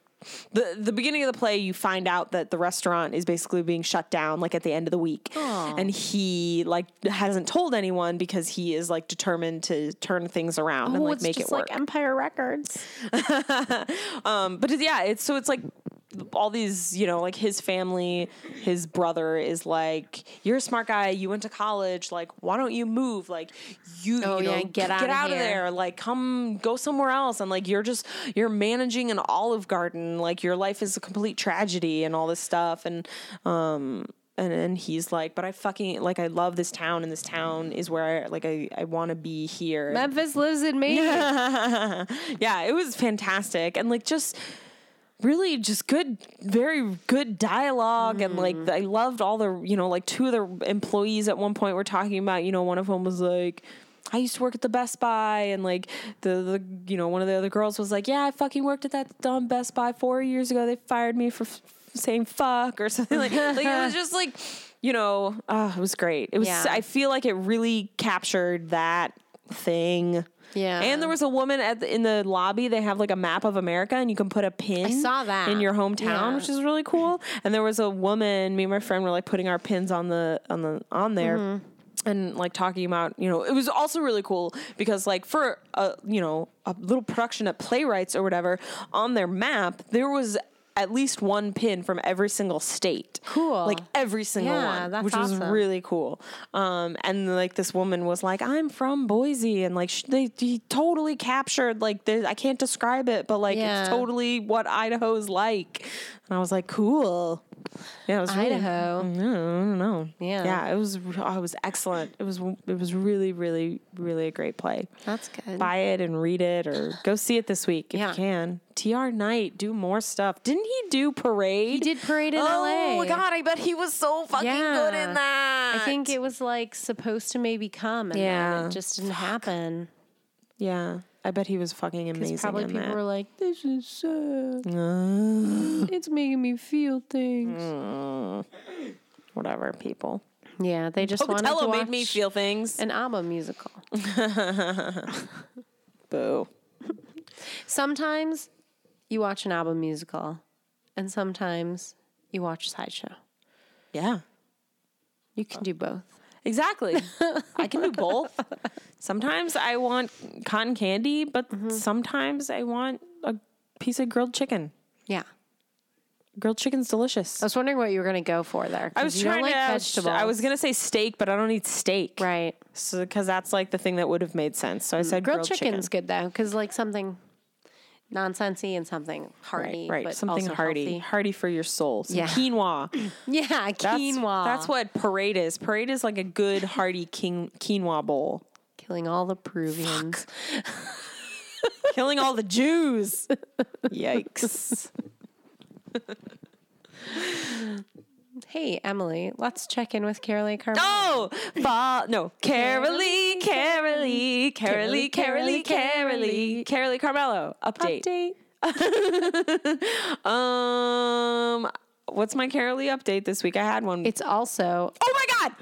Speaker 1: the the beginning of the play you find out that the restaurant is basically being shut down like at the end of the week and he like hasn't told anyone because he is like determined to turn things around and
Speaker 2: Oh,
Speaker 1: like
Speaker 2: it's
Speaker 1: make
Speaker 2: just
Speaker 1: it work
Speaker 2: like Empire Records.
Speaker 1: um but it's- yeah it's so it's like all these you know like his family his brother is like you're a smart guy you went to college like why don't you move like you
Speaker 2: Oh,
Speaker 1: you know
Speaker 2: yeah, get out
Speaker 1: get
Speaker 2: of
Speaker 1: out of
Speaker 2: here.
Speaker 1: there like come go somewhere else and like you're just you're managing an olive garden like your life is a complete tragedy and all this stuff and um and and he's like but i fucking like i love this town and this town is where i like i, I want to be here
Speaker 2: Memphis lives in me.
Speaker 1: yeah, it was fantastic and like just really just good very good dialogue and like I loved all the you know like two of the employees at one point were talking about you know one of them was like I used to work at the Best Buy, and like the, the you know one of the other girls was like, yeah, I fucking worked at that dumb Best Buy four years ago. They fired me for f- saying fuck or *laughs* something like. like it was just like you know, ah, it was great. It was.
Speaker 2: Yeah.
Speaker 1: I feel like it really captured that thing.
Speaker 2: Yeah.
Speaker 1: And there was a woman at the, in the lobby. They have like a map of America, and you can put a pin.
Speaker 2: saw that.
Speaker 1: in your hometown,
Speaker 2: Yeah.
Speaker 1: which is really cool. And there was a woman. Me and my friend were like putting our pins on the on the on there.
Speaker 2: Mm-hmm.
Speaker 1: And like talking about, you know, it was also really cool because like for a you know a little production at playwrights or whatever on their map, there was at least one pin from every single state.
Speaker 2: Cool.
Speaker 1: like every single
Speaker 2: Yeah,
Speaker 1: one,
Speaker 2: that's
Speaker 1: which was
Speaker 2: awesome.
Speaker 1: really really cool. Um, and like this woman was like, "I'm from Boise," and like sh- they he totally captured like the, I can't describe it, but like
Speaker 2: Yeah.
Speaker 1: it's totally what Idaho's like. And I was like, "Cool." Yeah, it was
Speaker 2: *laughs*
Speaker 1: really-
Speaker 2: Idaho.
Speaker 1: Yeah, I don't know.
Speaker 2: Yeah.
Speaker 1: yeah, it was. Oh, it was excellent. It was. It was really, really, really a great play.
Speaker 2: That's good.
Speaker 1: Buy it and read it, or go see it this week if
Speaker 2: Yeah.
Speaker 1: you can. Tr Knight, do more stuff. Didn't he do Parade?
Speaker 2: He did Parade in
Speaker 1: Oh
Speaker 2: LA.
Speaker 1: my god, I bet he was so fucking good
Speaker 2: Yeah.
Speaker 1: in that.
Speaker 2: I think it was like supposed to maybe come and yeah.
Speaker 1: Yeah.
Speaker 2: it just didn't happen.
Speaker 1: Yeah, I bet he was fucking amazing.
Speaker 2: Because probably
Speaker 1: in
Speaker 2: people
Speaker 1: that.
Speaker 2: were like,
Speaker 1: *laughs*
Speaker 2: this is sad.
Speaker 1: Mm,
Speaker 2: It's making me feel things.
Speaker 1: whatever people.
Speaker 2: Yeah, they just wanted to
Speaker 1: Pocatello
Speaker 2: watch
Speaker 1: Oh, made me feel things.
Speaker 2: an ABBA musical.
Speaker 1: Boo.
Speaker 2: Sometimes you watch an ABBA musical and sometimes you watch Sideshow.
Speaker 1: Yeah,
Speaker 2: You
Speaker 1: Oh.
Speaker 2: can do both.
Speaker 1: exactly. I can do both. Sometimes I want cotton candy, but sometimes I want a piece of grilled chicken.
Speaker 2: Yeah.
Speaker 1: Grilled chicken's delicious.
Speaker 2: I was wondering what you were going to go for there.
Speaker 1: I was
Speaker 2: Oh, you don't
Speaker 1: trying
Speaker 2: like
Speaker 1: to. I was-
Speaker 2: vegetables.
Speaker 1: I was gonna say steak, but I don't eat steak,
Speaker 2: Right.
Speaker 1: So because that's like the thing that would have made sense. So I said
Speaker 2: Grilled,
Speaker 1: grilled,
Speaker 2: chicken's good though, because like something nonsensey and something hearty.
Speaker 1: Right, right.
Speaker 2: But
Speaker 1: something
Speaker 2: also
Speaker 1: hearty,
Speaker 2: healthy.
Speaker 1: hearty for your soul. Some
Speaker 2: Yeah.
Speaker 1: quinoa.
Speaker 2: Yeah, quinoa.
Speaker 1: That's what parade is. Parade is like a good hearty king, quinoa bowl.
Speaker 2: killing all the Peruvians.
Speaker 1: Killing all
Speaker 2: *laughs*
Speaker 1: the Jews. Yikes.
Speaker 2: Hey, Emily, let's check in with Carolee Carmen.
Speaker 1: Oh, fall. No, Carolee, Carolee, Carolee, Carolee, Carolee, Carolee Carmelo. Update.
Speaker 2: Update.
Speaker 1: Um, what's my Carolee update this week? I had one.
Speaker 2: It's also
Speaker 1: oh my God.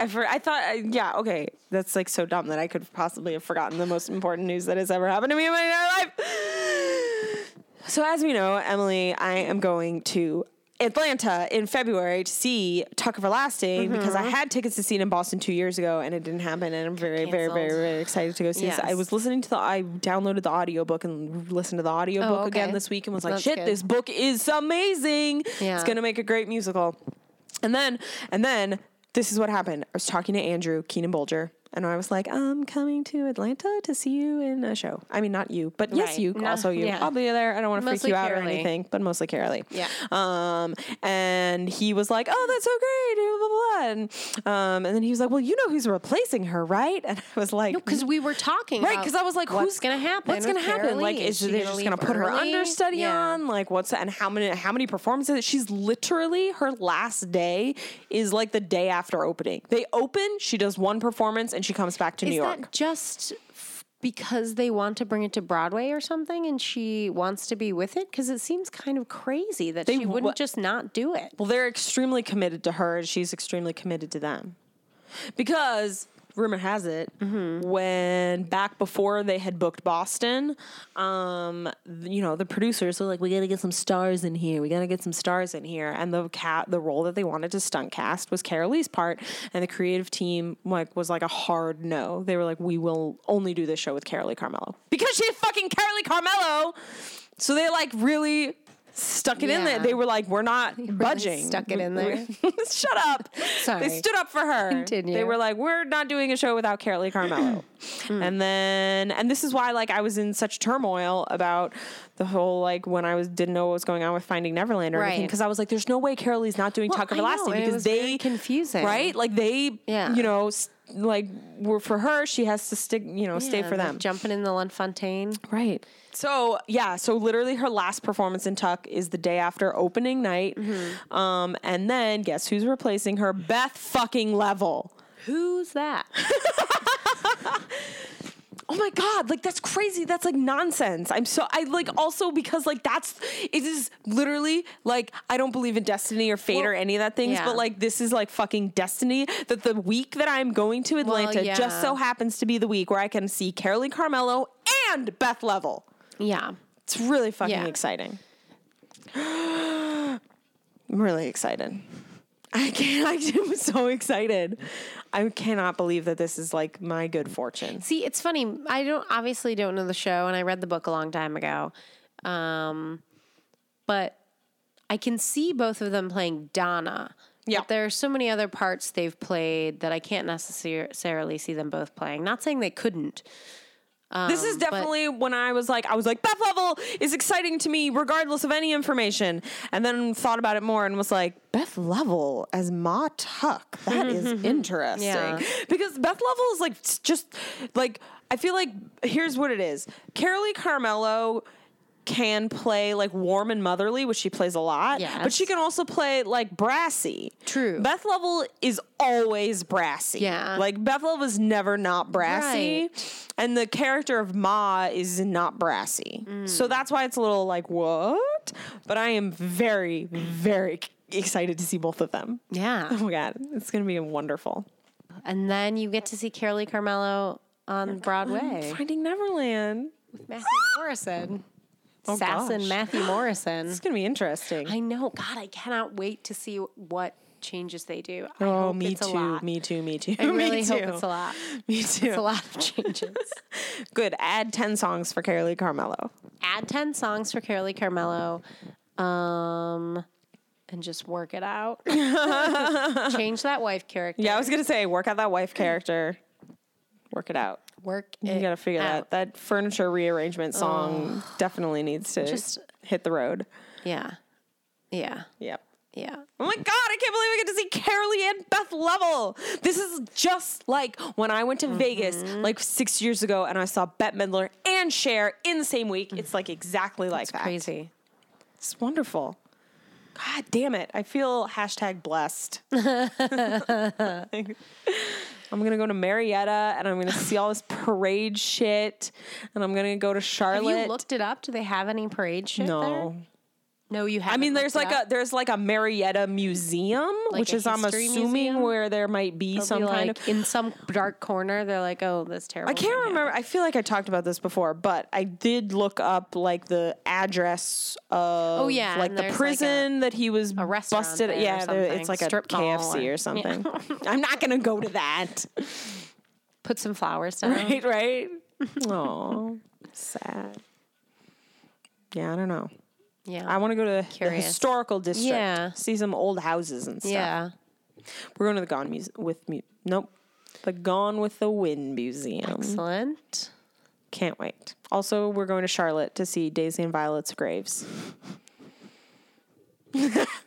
Speaker 1: I, for, I thought, I, yeah, okay. That's like so dumb that I could possibly have forgotten the most important news that has ever happened to me in my entire life. So, as we know, Emily, I am going to Atlanta in February to see Tuck Everlasting because
Speaker 2: Mm-hmm.
Speaker 1: I had tickets to see it in Boston two years ago and it didn't happen. And I'm very, very, very,
Speaker 2: Canceled.
Speaker 1: very excited to go see
Speaker 2: Yes.
Speaker 1: this. I was listening to the, I downloaded the audiobook and listened to the audiobook
Speaker 2: Oh, okay.
Speaker 1: again this week and was like,
Speaker 2: That's
Speaker 1: shit,
Speaker 2: good.
Speaker 1: this book is amazing.
Speaker 2: Yeah.
Speaker 1: It's going to make a great musical. And then, and then this is what happened. I was talking to Andrew Keenan Bolger, and I was like, "I'm coming to Atlanta to see you in a show. I mean, not you, but yes,
Speaker 2: Right.
Speaker 1: you.
Speaker 2: No,
Speaker 1: Also, you.
Speaker 2: yeah.
Speaker 1: I'll be there. I don't want to freak
Speaker 2: Mostly
Speaker 1: you out or
Speaker 2: Carolee.
Speaker 1: anything, but mostly Carolee.
Speaker 2: Yeah.
Speaker 1: Um, and he was like, "Oh, that's so great." Blah blah blah. And, um, and then he was like, "Well, you know who's replacing her, right?" *laughs* And I was like,
Speaker 2: because we were talking
Speaker 1: Right,
Speaker 2: about
Speaker 1: because I was like,
Speaker 2: what's
Speaker 1: who's
Speaker 2: gonna happen?
Speaker 1: What's gonna
Speaker 2: with
Speaker 1: happen?
Speaker 2: Carolee?
Speaker 1: Like, is
Speaker 2: she
Speaker 1: they just gonna
Speaker 2: leave
Speaker 1: put her
Speaker 2: early?
Speaker 1: understudy
Speaker 2: Yeah.
Speaker 1: on? Like, what's and how many how many performances? She's literally her last day is like the day after opening. They open, she does one performance, and she comes back to
Speaker 2: Is
Speaker 1: New York.
Speaker 2: that just f- because they want to bring it to Broadway or something, and she wants to be with it? Because it seems kind of crazy that she wouldn't
Speaker 1: wa-
Speaker 2: just not do it.
Speaker 1: well, they're extremely committed to her, and she's extremely committed to them, because. Rumor has it, when back before they had booked Boston, um, th- you know the producers were like, "We gotta get some stars in here. We gotta get some stars in here." And the cat, the role that they wanted to stunt cast was Carolee's part, and the creative team like was like a hard no. They were like, "We will only do this show with Carolee Carmelo because she's fucking Carolee Carmelo." So they like really stuck it in
Speaker 2: Yeah.
Speaker 1: there. They were like, "We're not budging."
Speaker 2: stuck it in
Speaker 1: We-
Speaker 2: there.
Speaker 1: we- *laughs*
Speaker 2: *laughs*
Speaker 1: Shut up.
Speaker 2: Sorry.
Speaker 1: They stood up for her.
Speaker 2: Continue.
Speaker 1: They were like, "We're not doing a show without
Speaker 2: *clears throat*
Speaker 1: Carolee Carmelo."
Speaker 2: Mm.
Speaker 1: And then, and this is why, like, I was in such turmoil about the whole like when I was didn't know what was going on with Finding Neverland or anything
Speaker 2: Right.
Speaker 1: because I was like, "There's no way Carolee's not doing
Speaker 2: Well,
Speaker 1: Tuck
Speaker 2: I know,
Speaker 1: Everlasting
Speaker 2: and it
Speaker 1: because
Speaker 2: was
Speaker 1: they
Speaker 2: very confusing.
Speaker 1: right? Like they,
Speaker 2: Yeah.
Speaker 1: you know, s- like were for her, she has to stick, you know, stay
Speaker 2: Yeah,
Speaker 1: for
Speaker 2: like
Speaker 1: them,
Speaker 2: Jumping in the Lunfontaine.
Speaker 1: Right. So yeah, so literally her last performance in Tuck is the day after opening night, um, and then guess who's replacing her? Beth fucking Level.
Speaker 2: Who's that?
Speaker 1: Oh my god, like that's crazy. That's like nonsense. I'm so I like also because like that's it is literally like I don't believe in destiny or fate or any of that things,
Speaker 2: yeah.
Speaker 1: but like this is like fucking destiny that the week that I'm going to Atlanta just
Speaker 2: yeah.
Speaker 1: so happens to be the week where I can see Carolee Carmelo and Beth Level.
Speaker 2: Yeah.
Speaker 1: It's really fucking
Speaker 2: Yeah.
Speaker 1: exciting. *gasps* I'm really excited. I can't. *laughs* I'm so excited. I cannot believe that this is like my good fortune.
Speaker 2: See, it's funny. I don't obviously don't know the show, and I read the book a long time ago. Um, but I can see both of them playing Donna.
Speaker 1: Yeah.
Speaker 2: But there are so many other parts they've played that I can't necessarily see them both playing. Not saying they couldn't.
Speaker 1: this
Speaker 2: Um,
Speaker 1: is definitely when I was like, I was like, Beth Level is exciting to me, regardless of any information. And then thought about it more and was like, Beth Level as Ma Tuck. That is
Speaker 2: *laughs*
Speaker 1: interesting.
Speaker 2: Yeah.
Speaker 1: Because Beth Level is like s- just like I feel like here's what it is. Carolee Carmelo can play like warm and motherly, which she plays a lot. But she
Speaker 2: Yes.
Speaker 1: can also play like brassy.
Speaker 2: True.
Speaker 1: Beth Level is always brassy.
Speaker 2: Yeah.
Speaker 1: Like Beth Level is never not brassy. And the character of Ma is not brassy. So that's why it's a little like, what? But I am very, very excited to see both of them.
Speaker 2: Yeah.
Speaker 1: Oh my God. It's going to be wonderful.
Speaker 2: *laughs* And then you get to see Carolee Carmelo on Broadway.
Speaker 1: Finding Neverland.
Speaker 2: *laughs* Matthew Morrison.
Speaker 1: Oh, gosh.
Speaker 2: Assassin Matthew *laughs* Morrison.
Speaker 1: It's going to be interesting.
Speaker 2: I know. God, I cannot wait to see what changes they do. I
Speaker 1: oh,
Speaker 2: hope
Speaker 1: me
Speaker 2: it's a
Speaker 1: too.
Speaker 2: lot.
Speaker 1: Me too. *laughs* Me too.
Speaker 2: I really
Speaker 1: me too.
Speaker 2: hope it's a lot.
Speaker 1: Me too.
Speaker 2: It's a lot of
Speaker 1: *laughs*
Speaker 2: changes.
Speaker 1: Good. Add 10 songs for Carolee Carmelo.
Speaker 2: Add 10 songs for Carolee Carmelo um, and just work it
Speaker 1: *laughs*
Speaker 2: out. Change that wife character.
Speaker 1: Yeah, I was going to say, work out that wife character. Work it out.
Speaker 2: Work it
Speaker 1: You got to figure
Speaker 2: out.
Speaker 1: that that furniture rearrangement song definitely needs to
Speaker 2: Just-
Speaker 1: hit the road.
Speaker 2: Yeah. Yeah.
Speaker 1: Yep.
Speaker 2: Yeah.
Speaker 1: Oh my god, I can't believe I get to see Carolee and Beth Lovell. This is just like when I
Speaker 2: Mm-hmm.
Speaker 1: went to Vegas like 6 years ago and I saw Bette Midler and Cher in the same week. It's like exactly like that.
Speaker 2: Crazy.
Speaker 1: It's wonderful. God damn it. I feel
Speaker 2: *laughs*
Speaker 1: hashtag blessed. I'm going to go to Marietta and I'm going to see all this parade shit. And I'm going to go to
Speaker 2: Have
Speaker 1: Charlotte.
Speaker 2: you looked it up? Do they have any parade shit
Speaker 1: no.
Speaker 2: there? No, you
Speaker 1: I
Speaker 2: haven't.
Speaker 1: mean, there's like a there's like a Marietta museum,
Speaker 2: Like
Speaker 1: which
Speaker 2: a
Speaker 1: is I'm
Speaker 2: history
Speaker 1: assuming
Speaker 2: museum?
Speaker 1: where there might be some kind of.
Speaker 2: in some dark corner. They're like, oh, that's terrible.
Speaker 1: I can't remember. I feel like I talked about this before, but I did look up like the address of
Speaker 2: Oh, yeah,
Speaker 1: like
Speaker 2: and
Speaker 1: the
Speaker 2: there's, like,
Speaker 1: prison that he was
Speaker 2: restaurant
Speaker 1: busted.
Speaker 2: there or
Speaker 1: yeah, there- it's
Speaker 2: something.
Speaker 1: like a
Speaker 2: Strip mall
Speaker 1: KFC
Speaker 2: or-
Speaker 1: or something. *laughs*
Speaker 2: *laughs*
Speaker 1: I'm not gonna go to that.
Speaker 2: Put some flowers down.
Speaker 1: Right, right. Oh, sad. Yeah, I don't know.
Speaker 2: Yeah.
Speaker 1: I want to go to
Speaker 2: Curious.
Speaker 1: the historical district.
Speaker 2: Yeah.
Speaker 1: see some old houses and stuff.
Speaker 2: yeah.
Speaker 1: We're going to the Gone Muse- with mu- Nope. The Gone with the Wind Museum.
Speaker 2: Mm-hmm. Excellent.
Speaker 1: Can't wait. Also, we're going to Charlotte to see Daisy and Violet's graves.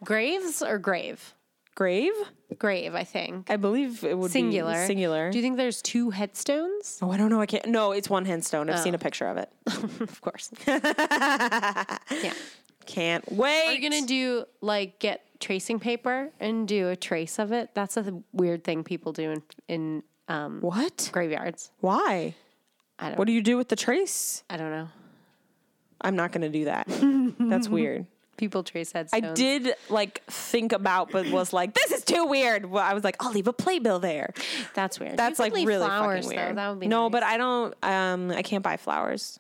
Speaker 2: Graves or grave?
Speaker 1: Grave?
Speaker 2: Grave, I think.
Speaker 1: I believe it would
Speaker 2: Singular.
Speaker 1: be singular.
Speaker 2: Do you think there's two headstones?
Speaker 1: oh, I don't know. I can't. No, it's one handstone. I've
Speaker 2: Oh.
Speaker 1: seen a picture
Speaker 2: *laughs*
Speaker 1: of it.
Speaker 2: Of course.
Speaker 1: *laughs* Can't wait.
Speaker 2: We're gonna do like get tracing paper and do a trace of it. That's a th- weird thing people do in in um,
Speaker 1: what?
Speaker 2: graveyards.
Speaker 1: Why?
Speaker 2: I don't.
Speaker 1: What do you do with the trace?
Speaker 2: I don't know.
Speaker 1: I'm not going to
Speaker 2: *laughs*
Speaker 1: do that. That's weird.
Speaker 2: People trace
Speaker 1: I
Speaker 2: headstones.
Speaker 1: did like think about, but was like, this is too weird. Well, I was like, I'll leave a playbill there.
Speaker 2: That's weird.
Speaker 1: That's
Speaker 2: You
Speaker 1: like
Speaker 2: could leave
Speaker 1: really
Speaker 2: flowers,
Speaker 1: fucking weird.
Speaker 2: Though. That would be
Speaker 1: no,
Speaker 2: nice.
Speaker 1: but I don't. Um, I can't buy flowers.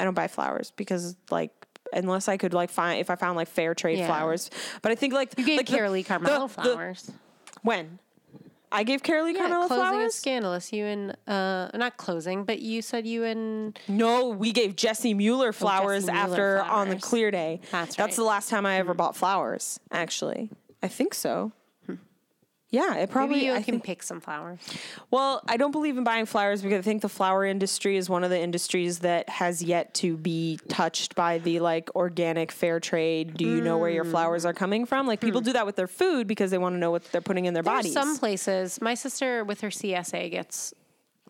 Speaker 1: I don't buy flowers because like unless I could like find if I found like fair trade
Speaker 2: Yeah.
Speaker 1: flowers. But I think like
Speaker 2: you gave
Speaker 1: like the-
Speaker 2: Carolee Carmelo
Speaker 1: the- the-
Speaker 2: flowers.
Speaker 1: when I gave Carolee
Speaker 2: Yeah,
Speaker 1: Carmelo
Speaker 2: closing
Speaker 1: flowers.
Speaker 2: is scandalous. You and uh, not closing, but you said you and
Speaker 1: No, we gave Jesse Mueller flowers
Speaker 2: Oh, Mueller
Speaker 1: after on the
Speaker 2: flowers.
Speaker 1: clear day.
Speaker 2: That's right.
Speaker 1: That's
Speaker 2: Hmm.
Speaker 1: the last time I ever bought flowers. Actually, I think so. Yeah, it probably.
Speaker 2: maybe you
Speaker 1: I
Speaker 2: can
Speaker 1: think-
Speaker 2: pick some flowers.
Speaker 1: Well, I don't believe in buying flowers because I think the flower industry is one of the industries that has yet to be touched by the like organic fair trade. Do you know where your flowers are coming from? Like people do that with their food because they want to know what they're putting in their
Speaker 2: Hmm. There's
Speaker 1: bodies.
Speaker 2: some places. My sister with her CSA gets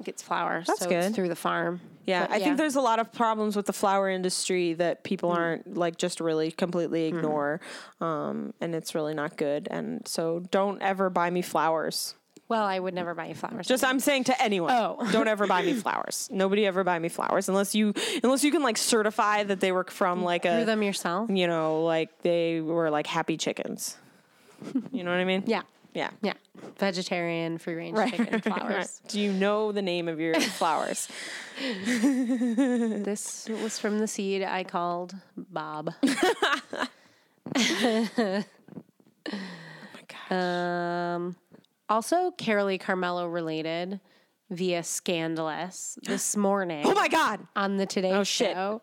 Speaker 2: gets flowers. so
Speaker 1: good.
Speaker 2: It's through the farm.
Speaker 1: yeah,
Speaker 2: But
Speaker 1: I think there's a lot of problems with the flower industry that people
Speaker 2: Hmm.
Speaker 1: aren't like just really completely ignore, um, and it's really not good. And so, don't ever buy me flowers.
Speaker 2: Well, I would never buy you flowers.
Speaker 1: Just I'm saying to anyone,
Speaker 2: Oh.
Speaker 1: *laughs* don't ever buy me flowers. Nobody ever buy me flowers unless you unless you can like certify that they were from like a
Speaker 2: through them yourself.
Speaker 1: you know, like they were like happy chickens. You know what I mean?
Speaker 2: *laughs* Yeah.
Speaker 1: Yeah.
Speaker 2: Yeah. Vegetarian, free range
Speaker 1: *laughs*
Speaker 2: chicken flowers. Oh
Speaker 1: Do you know the name of
Speaker 2: *laughs*
Speaker 1: your flowers?
Speaker 2: This was from the seed I called Bob. *laughs* Um, also, Carolee Carmelo related via Scandalous this morning
Speaker 1: *gasps* oh my god.
Speaker 2: on the Today
Speaker 1: Oh, shit.
Speaker 2: Show.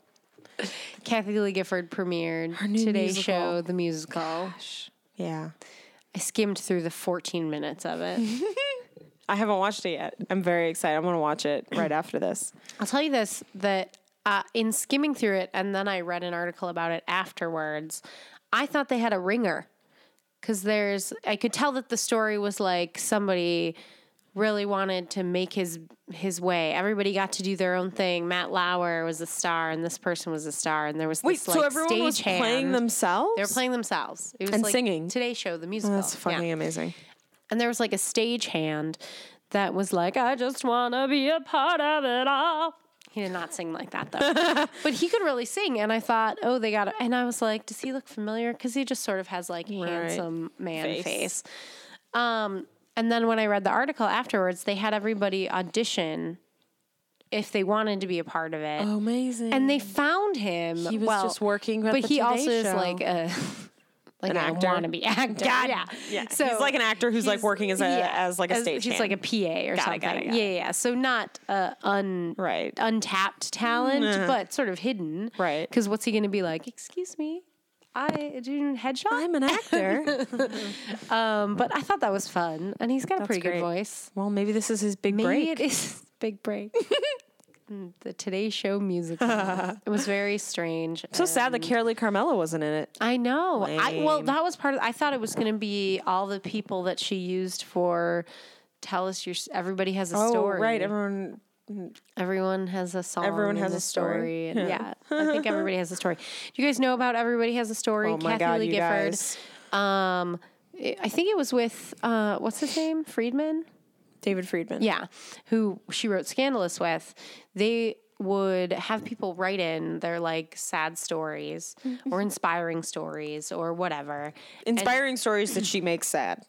Speaker 2: Kathy Lee Gifford premiered
Speaker 1: new
Speaker 2: Today
Speaker 1: musical.
Speaker 2: Show, the musical.
Speaker 1: Yeah.
Speaker 2: I skimmed through the 14 minutes of it.
Speaker 1: I haven't watched it yet. I'm very excited. I'm going to watch it right after this.
Speaker 2: I'll tell you this that uh, in skimming through it, and then I read an article about it afterwards, I thought they had a ringer. Because there's, I could tell that the story was like somebody really wanted to make his his way. Everybody got to do their own thing. Matt Lauer was a star, and this person was a star, and there was
Speaker 1: Wait,
Speaker 2: this like
Speaker 1: so everyone was
Speaker 2: stagehand.
Speaker 1: playing themselves?
Speaker 2: They were playing themselves. It was
Speaker 1: And
Speaker 2: like
Speaker 1: singing.
Speaker 2: Today Show, the musical.
Speaker 1: That's
Speaker 2: Yeah.
Speaker 1: fucking amazing.
Speaker 2: And there was like a stagehand that was like, I just want to be a part of it all. He did not sing like
Speaker 1: *laughs*
Speaker 2: that though. but he could really sing. And I thought, oh, they got it. And I was like, does he look familiar? Because he just sort of has like handsome man
Speaker 1: Face.
Speaker 2: face. Um, and then when I read the article afterwards, they had everybody audition if they wanted to be a part of it.
Speaker 1: Amazing.
Speaker 2: And they found him.
Speaker 1: Oh. He was
Speaker 2: well,
Speaker 1: just working at
Speaker 2: but
Speaker 1: the
Speaker 2: he
Speaker 1: Today
Speaker 2: also is
Speaker 1: Show.
Speaker 2: like a *laughs* like an
Speaker 1: An actor?
Speaker 2: actor. wannabe actor. yeah,
Speaker 1: yeah. He's like an actor who's, like,
Speaker 2: he's-
Speaker 1: working as a- as, like, a stagehand.
Speaker 2: He's like a PA or
Speaker 1: Got it,
Speaker 2: something.
Speaker 1: got it, got
Speaker 2: yeah, yeah. So not uh, un
Speaker 1: Right.
Speaker 2: untapped talent, but sort of hidden.
Speaker 1: Mm-hmm. Right.
Speaker 2: Because what's he going to be like? Excuse me, I do you need a headshot.
Speaker 1: I'm an *laughs* actor.
Speaker 2: um, but I thought that was fun, and he's got a pretty
Speaker 1: great.
Speaker 2: good voice.
Speaker 1: well, maybe this is his big
Speaker 2: Maybe
Speaker 1: break.
Speaker 2: it is *laughs* big break. Mm, the Today Show
Speaker 1: *laughs*
Speaker 2: musical. it was very strange.
Speaker 1: so sad that Carolee Carmelo wasn't in it.
Speaker 2: I know. I well,
Speaker 1: Lame.
Speaker 2: that was part of. I thought it was going to be all the people that she used for. Tell us your. s- Everybody has a story.
Speaker 1: Oh, right. Everyone
Speaker 2: Everyone has a song.
Speaker 1: Everyone has
Speaker 2: and
Speaker 1: a story.
Speaker 2: and yeah.
Speaker 1: *laughs*
Speaker 2: I think everybody has a story. Do you guys know about Everybody Has a Story?
Speaker 1: Oh my
Speaker 2: Kathy
Speaker 1: God,
Speaker 2: Lee
Speaker 1: you
Speaker 2: Gifford.
Speaker 1: guys.
Speaker 2: Um, I I think it was with uh, what's his name, Friedman.
Speaker 1: David Friedman.
Speaker 2: Yeah, who she wrote Scandalous with. They would have people write in their like sad
Speaker 1: *laughs*
Speaker 2: stories or inspiring stories or whatever.
Speaker 1: Inspiring stories that she makes *laughs* sad.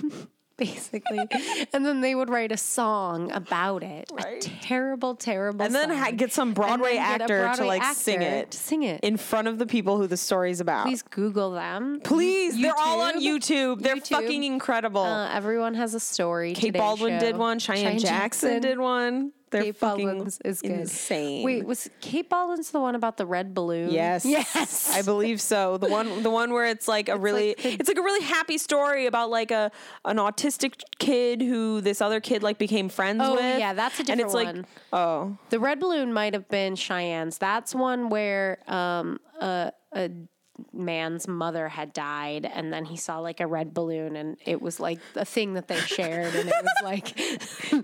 Speaker 2: *laughs* basically. and then they would write a song about it. A
Speaker 1: Right.
Speaker 2: terrible, terrible
Speaker 1: And then
Speaker 2: song.
Speaker 1: ha- get some
Speaker 2: And
Speaker 1: Broadway
Speaker 2: then get a
Speaker 1: actor to
Speaker 2: Broadway
Speaker 1: like sing
Speaker 2: actor
Speaker 1: it.
Speaker 2: to Sing it.
Speaker 1: in front of the people who the story's about.
Speaker 2: Please Google them.
Speaker 1: Please, they're all on YouTube. They're
Speaker 2: YouTube.
Speaker 1: fucking incredible.
Speaker 2: Uh, everyone has a story.
Speaker 1: Kate
Speaker 2: Today
Speaker 1: Baldwin
Speaker 2: Show.
Speaker 1: did one.
Speaker 2: Cheyenne
Speaker 1: Cheyenne, Jackson, did one. They're
Speaker 2: Kate
Speaker 1: fucking
Speaker 2: Baldwin's is good.
Speaker 1: insane.
Speaker 2: Wait, was Kate Baldwin's the one about the red balloon?
Speaker 1: Yes.
Speaker 2: Yes.
Speaker 1: I believe so. The one the one where it's like a really it's like a really happy story about like a an autistic kid who this other kid like became friends
Speaker 2: Oh,
Speaker 1: with.
Speaker 2: yeah, that's a
Speaker 1: And
Speaker 2: different
Speaker 1: it's like
Speaker 2: one.
Speaker 1: oh,
Speaker 2: The red balloon might have been Cheyenne's. That's one where um, a, a man's mother had died, and then he saw like a red balloon, and it was like a thing that they shared, and it was
Speaker 1: *laughs*
Speaker 2: like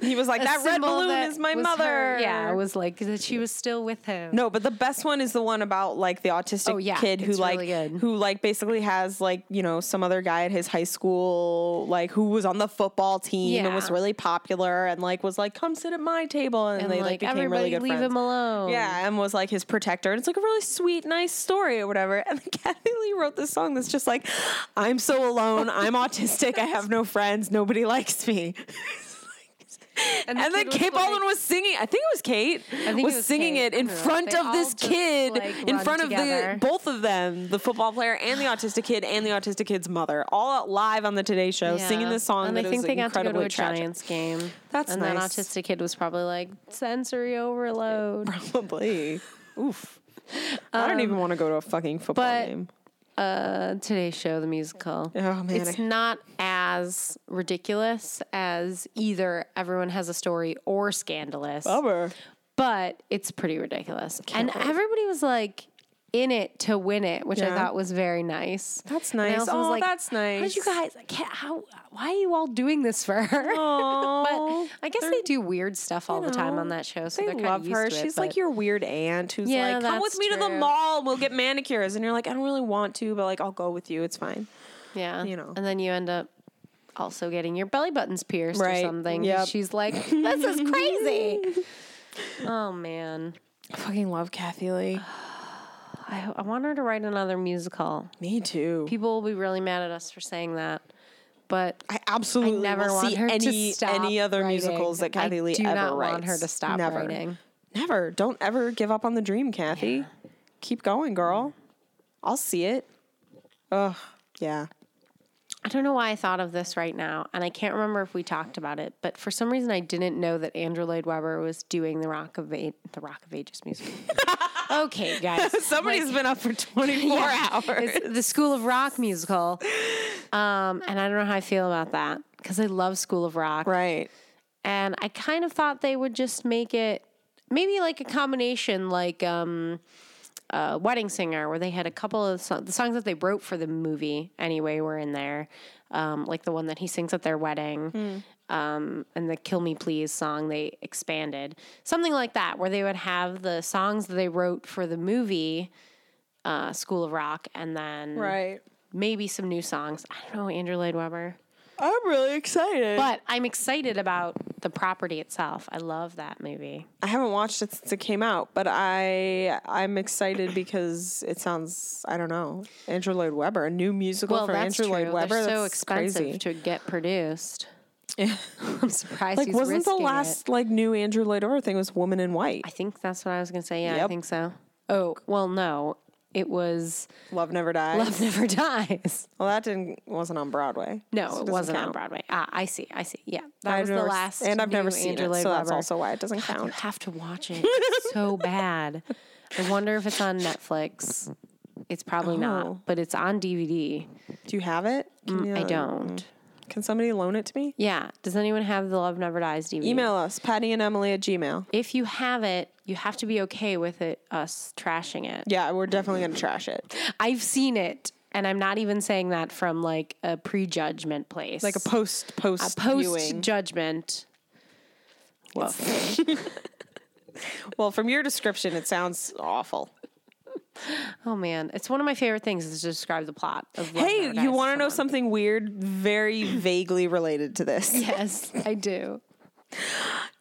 Speaker 1: he was like
Speaker 2: a
Speaker 1: that red
Speaker 2: symbol
Speaker 1: balloon
Speaker 2: that
Speaker 1: is my
Speaker 2: was
Speaker 1: mother.
Speaker 2: her- Yeah, it was like that she was still with him.
Speaker 1: No, but the best one is the one about like the autistic
Speaker 2: Oh, yeah.
Speaker 1: kid who
Speaker 2: It's
Speaker 1: like
Speaker 2: really good.
Speaker 1: who like basically has like you know some other guy at his high school like who was on the football team and
Speaker 2: Yeah.
Speaker 1: was really popular and like was like come sit at my table and,
Speaker 2: and
Speaker 1: they
Speaker 2: like,
Speaker 1: like, became
Speaker 2: everybody
Speaker 1: really good
Speaker 2: leave
Speaker 1: friends.
Speaker 2: him alone.
Speaker 1: Yeah, and was like his protector. And it's like a really sweet, nice story or whatever. And *laughs* then Kathy Lee wrote this song that's just like, I'm so alone. I'm autistic. I have no friends. Nobody likes me.
Speaker 2: and,
Speaker 1: And then Kate Baldwin was singing. I think it was Kate.
Speaker 2: think it
Speaker 1: was,
Speaker 2: was
Speaker 1: singing
Speaker 2: Kate.
Speaker 1: it in
Speaker 2: Yeah.
Speaker 1: front
Speaker 2: They
Speaker 1: of
Speaker 2: all
Speaker 1: this
Speaker 2: just,
Speaker 1: kid,
Speaker 2: like,
Speaker 1: in
Speaker 2: run
Speaker 1: front
Speaker 2: together.
Speaker 1: of the both of them, the football player and the autistic kid and the autistic kid's mother, all out live on the Today Show, singing this song.
Speaker 2: and
Speaker 1: that
Speaker 2: I
Speaker 1: is
Speaker 2: think they got to go
Speaker 1: incredibly
Speaker 2: to a
Speaker 1: tragic.
Speaker 2: Giants game.
Speaker 1: That's
Speaker 2: and
Speaker 1: nice.
Speaker 2: that autistic kid was probably like sensory overload.
Speaker 1: *laughs* Probably. Oof. I don't even want to go to a fucking football
Speaker 2: Um, but-
Speaker 1: game.
Speaker 2: uh, Today Show, the musical.
Speaker 1: Oh, man,
Speaker 2: It's
Speaker 1: I-
Speaker 2: not as ridiculous as either Everyone Has a Story or Scandalous,
Speaker 1: Bummer.
Speaker 2: but it's pretty ridiculous. And everybody was like in it to win it, which
Speaker 1: Yeah.
Speaker 2: I thought was very nice.
Speaker 1: That's
Speaker 2: And I
Speaker 1: nice.
Speaker 2: also was
Speaker 1: Oh,
Speaker 2: like,
Speaker 1: that's
Speaker 2: How did you
Speaker 1: nice."
Speaker 2: guys? I can't- How? Why are you all doing this for her?
Speaker 1: Aw.
Speaker 2: but I guess they do weird stuff all the time
Speaker 1: know,
Speaker 2: on that show, so
Speaker 1: They
Speaker 2: they're kind
Speaker 1: love
Speaker 2: of used
Speaker 1: her.
Speaker 2: to it.
Speaker 1: She's like
Speaker 2: but-
Speaker 1: your weird aunt who's
Speaker 2: Yeah,
Speaker 1: like, "Come with
Speaker 2: that's
Speaker 1: me to the
Speaker 2: true.
Speaker 1: mall. We'll get manicures." And you're like, "I don't really want to, but like, I'll go with you. It's fine."
Speaker 2: Yeah.
Speaker 1: you know.
Speaker 2: And then you end up also getting your belly buttons pierced
Speaker 1: Right.
Speaker 2: or something.
Speaker 1: Yep.
Speaker 2: She's
Speaker 1: *laughs*
Speaker 2: like, this is crazy. oh, man.
Speaker 1: I fucking love Kathy Lee.
Speaker 2: I, I want her to write another musical.
Speaker 1: Me too.
Speaker 2: People will be really mad at us for saying that. But
Speaker 1: I absolutely
Speaker 2: I never
Speaker 1: will
Speaker 2: want
Speaker 1: see
Speaker 2: her
Speaker 1: any
Speaker 2: to stop
Speaker 1: any other
Speaker 2: writing.
Speaker 1: musicals that
Speaker 2: I
Speaker 1: Kathy Lee
Speaker 2: do
Speaker 1: ever
Speaker 2: not
Speaker 1: writes.
Speaker 2: want her to stop
Speaker 1: never.
Speaker 2: writing.
Speaker 1: Never. Don't ever give up on the dream, Kathy. Keep going, girl. I'll see it. Ugh. Yeah. *laughs*
Speaker 2: I don't know why I thought of this right now, and I can't remember if we talked about it, but for some reason I didn't know that Andrew Lloyd Webber was doing the Rock of A- the Rock of Ages
Speaker 1: *laughs*
Speaker 2: musical. okay, guys,
Speaker 1: Somebody's been
Speaker 2: *laughs*
Speaker 1: up for 24 *laughs* hours.
Speaker 2: it's the School of Rock musical, um, and I don't know how I feel about that because I love School of Rock,
Speaker 1: Right.
Speaker 2: and I kind of thought they would just make it maybe like a combination, like um, uh, Wedding Singer, where they had a couple of so- the songs that they wrote for the movie anyway were in there, um, like the one that he sings at their wedding, um, and the "Kill Me Please" song they expanded, something like that, where they would have the songs that they wrote for the movie. Uh, School of Rock, and then
Speaker 1: Right.
Speaker 2: maybe some new songs. I don't know, Andrew Lloyd Webber.
Speaker 1: I'm really excited.
Speaker 2: But I'm excited about the property itself. I love that movie.
Speaker 1: I haven't watched it since it came out, but I I'm excited because it sounds I don't know Andrew Lloyd Webber, a new musical
Speaker 2: Well,
Speaker 1: for
Speaker 2: that's
Speaker 1: Andrew
Speaker 2: true.
Speaker 1: Lloyd Webber.
Speaker 2: They're so
Speaker 1: that's
Speaker 2: expensive
Speaker 1: crazy.
Speaker 2: to get
Speaker 1: *laughs*
Speaker 2: produced. I'm surprised.
Speaker 1: like
Speaker 2: he's
Speaker 1: wasn't the
Speaker 2: risking it.
Speaker 1: last like new Andrew Lloyd Webber thing was Woman in White?
Speaker 2: I think that's what I was gonna say. Yeah, I
Speaker 1: Yep.
Speaker 2: think so. Oh well, no, it was
Speaker 1: Love Never Dies.
Speaker 2: Love Never *laughs* Dies.
Speaker 1: Well, that didn't wasn't on Broadway.
Speaker 2: No,
Speaker 1: so
Speaker 2: it
Speaker 1: doesn't
Speaker 2: wasn't on
Speaker 1: count.
Speaker 2: Broadway. Ah, I see. I see. Yeah, that
Speaker 1: I've
Speaker 2: was
Speaker 1: never
Speaker 2: the
Speaker 1: s-
Speaker 2: last.
Speaker 1: and I've never
Speaker 2: new
Speaker 1: seen
Speaker 2: Andrew
Speaker 1: it,
Speaker 2: Lloyd
Speaker 1: so that's
Speaker 2: Webber.
Speaker 1: also why it doesn't
Speaker 2: God, You
Speaker 1: count.
Speaker 2: have to watch
Speaker 1: *laughs*
Speaker 2: it. It's so bad. I wonder if it's on Netflix. It's probably
Speaker 1: Oh.
Speaker 2: not, but it's on DVD.
Speaker 1: Do you have it? Can you-
Speaker 2: Mm, I don't.
Speaker 1: Can somebody loan it to me?
Speaker 2: Yeah. Does anyone have the Love Never Dies DVD?
Speaker 1: Email us Patty and Emily at Gmail.
Speaker 2: If you have it, you have to be okay with it us trashing it.
Speaker 1: Yeah, we're definitely gonna trash it.
Speaker 2: I've seen it, and I'm not even saying that from like a prejudgment place.
Speaker 1: Like a post post
Speaker 2: post
Speaker 1: viewing.
Speaker 2: judgment.
Speaker 1: *laughs*
Speaker 2: Woof.
Speaker 1: Well, from your description, it sounds awful.
Speaker 2: Oh man, it's one of my favorite things is to describe the plot of. Love
Speaker 1: Hey,
Speaker 2: Never Dies
Speaker 1: you want to know
Speaker 2: someone.
Speaker 1: something weird,
Speaker 2: *clears throat*
Speaker 1: very vaguely related to this?
Speaker 2: Yes, I
Speaker 1: *laughs*
Speaker 2: do.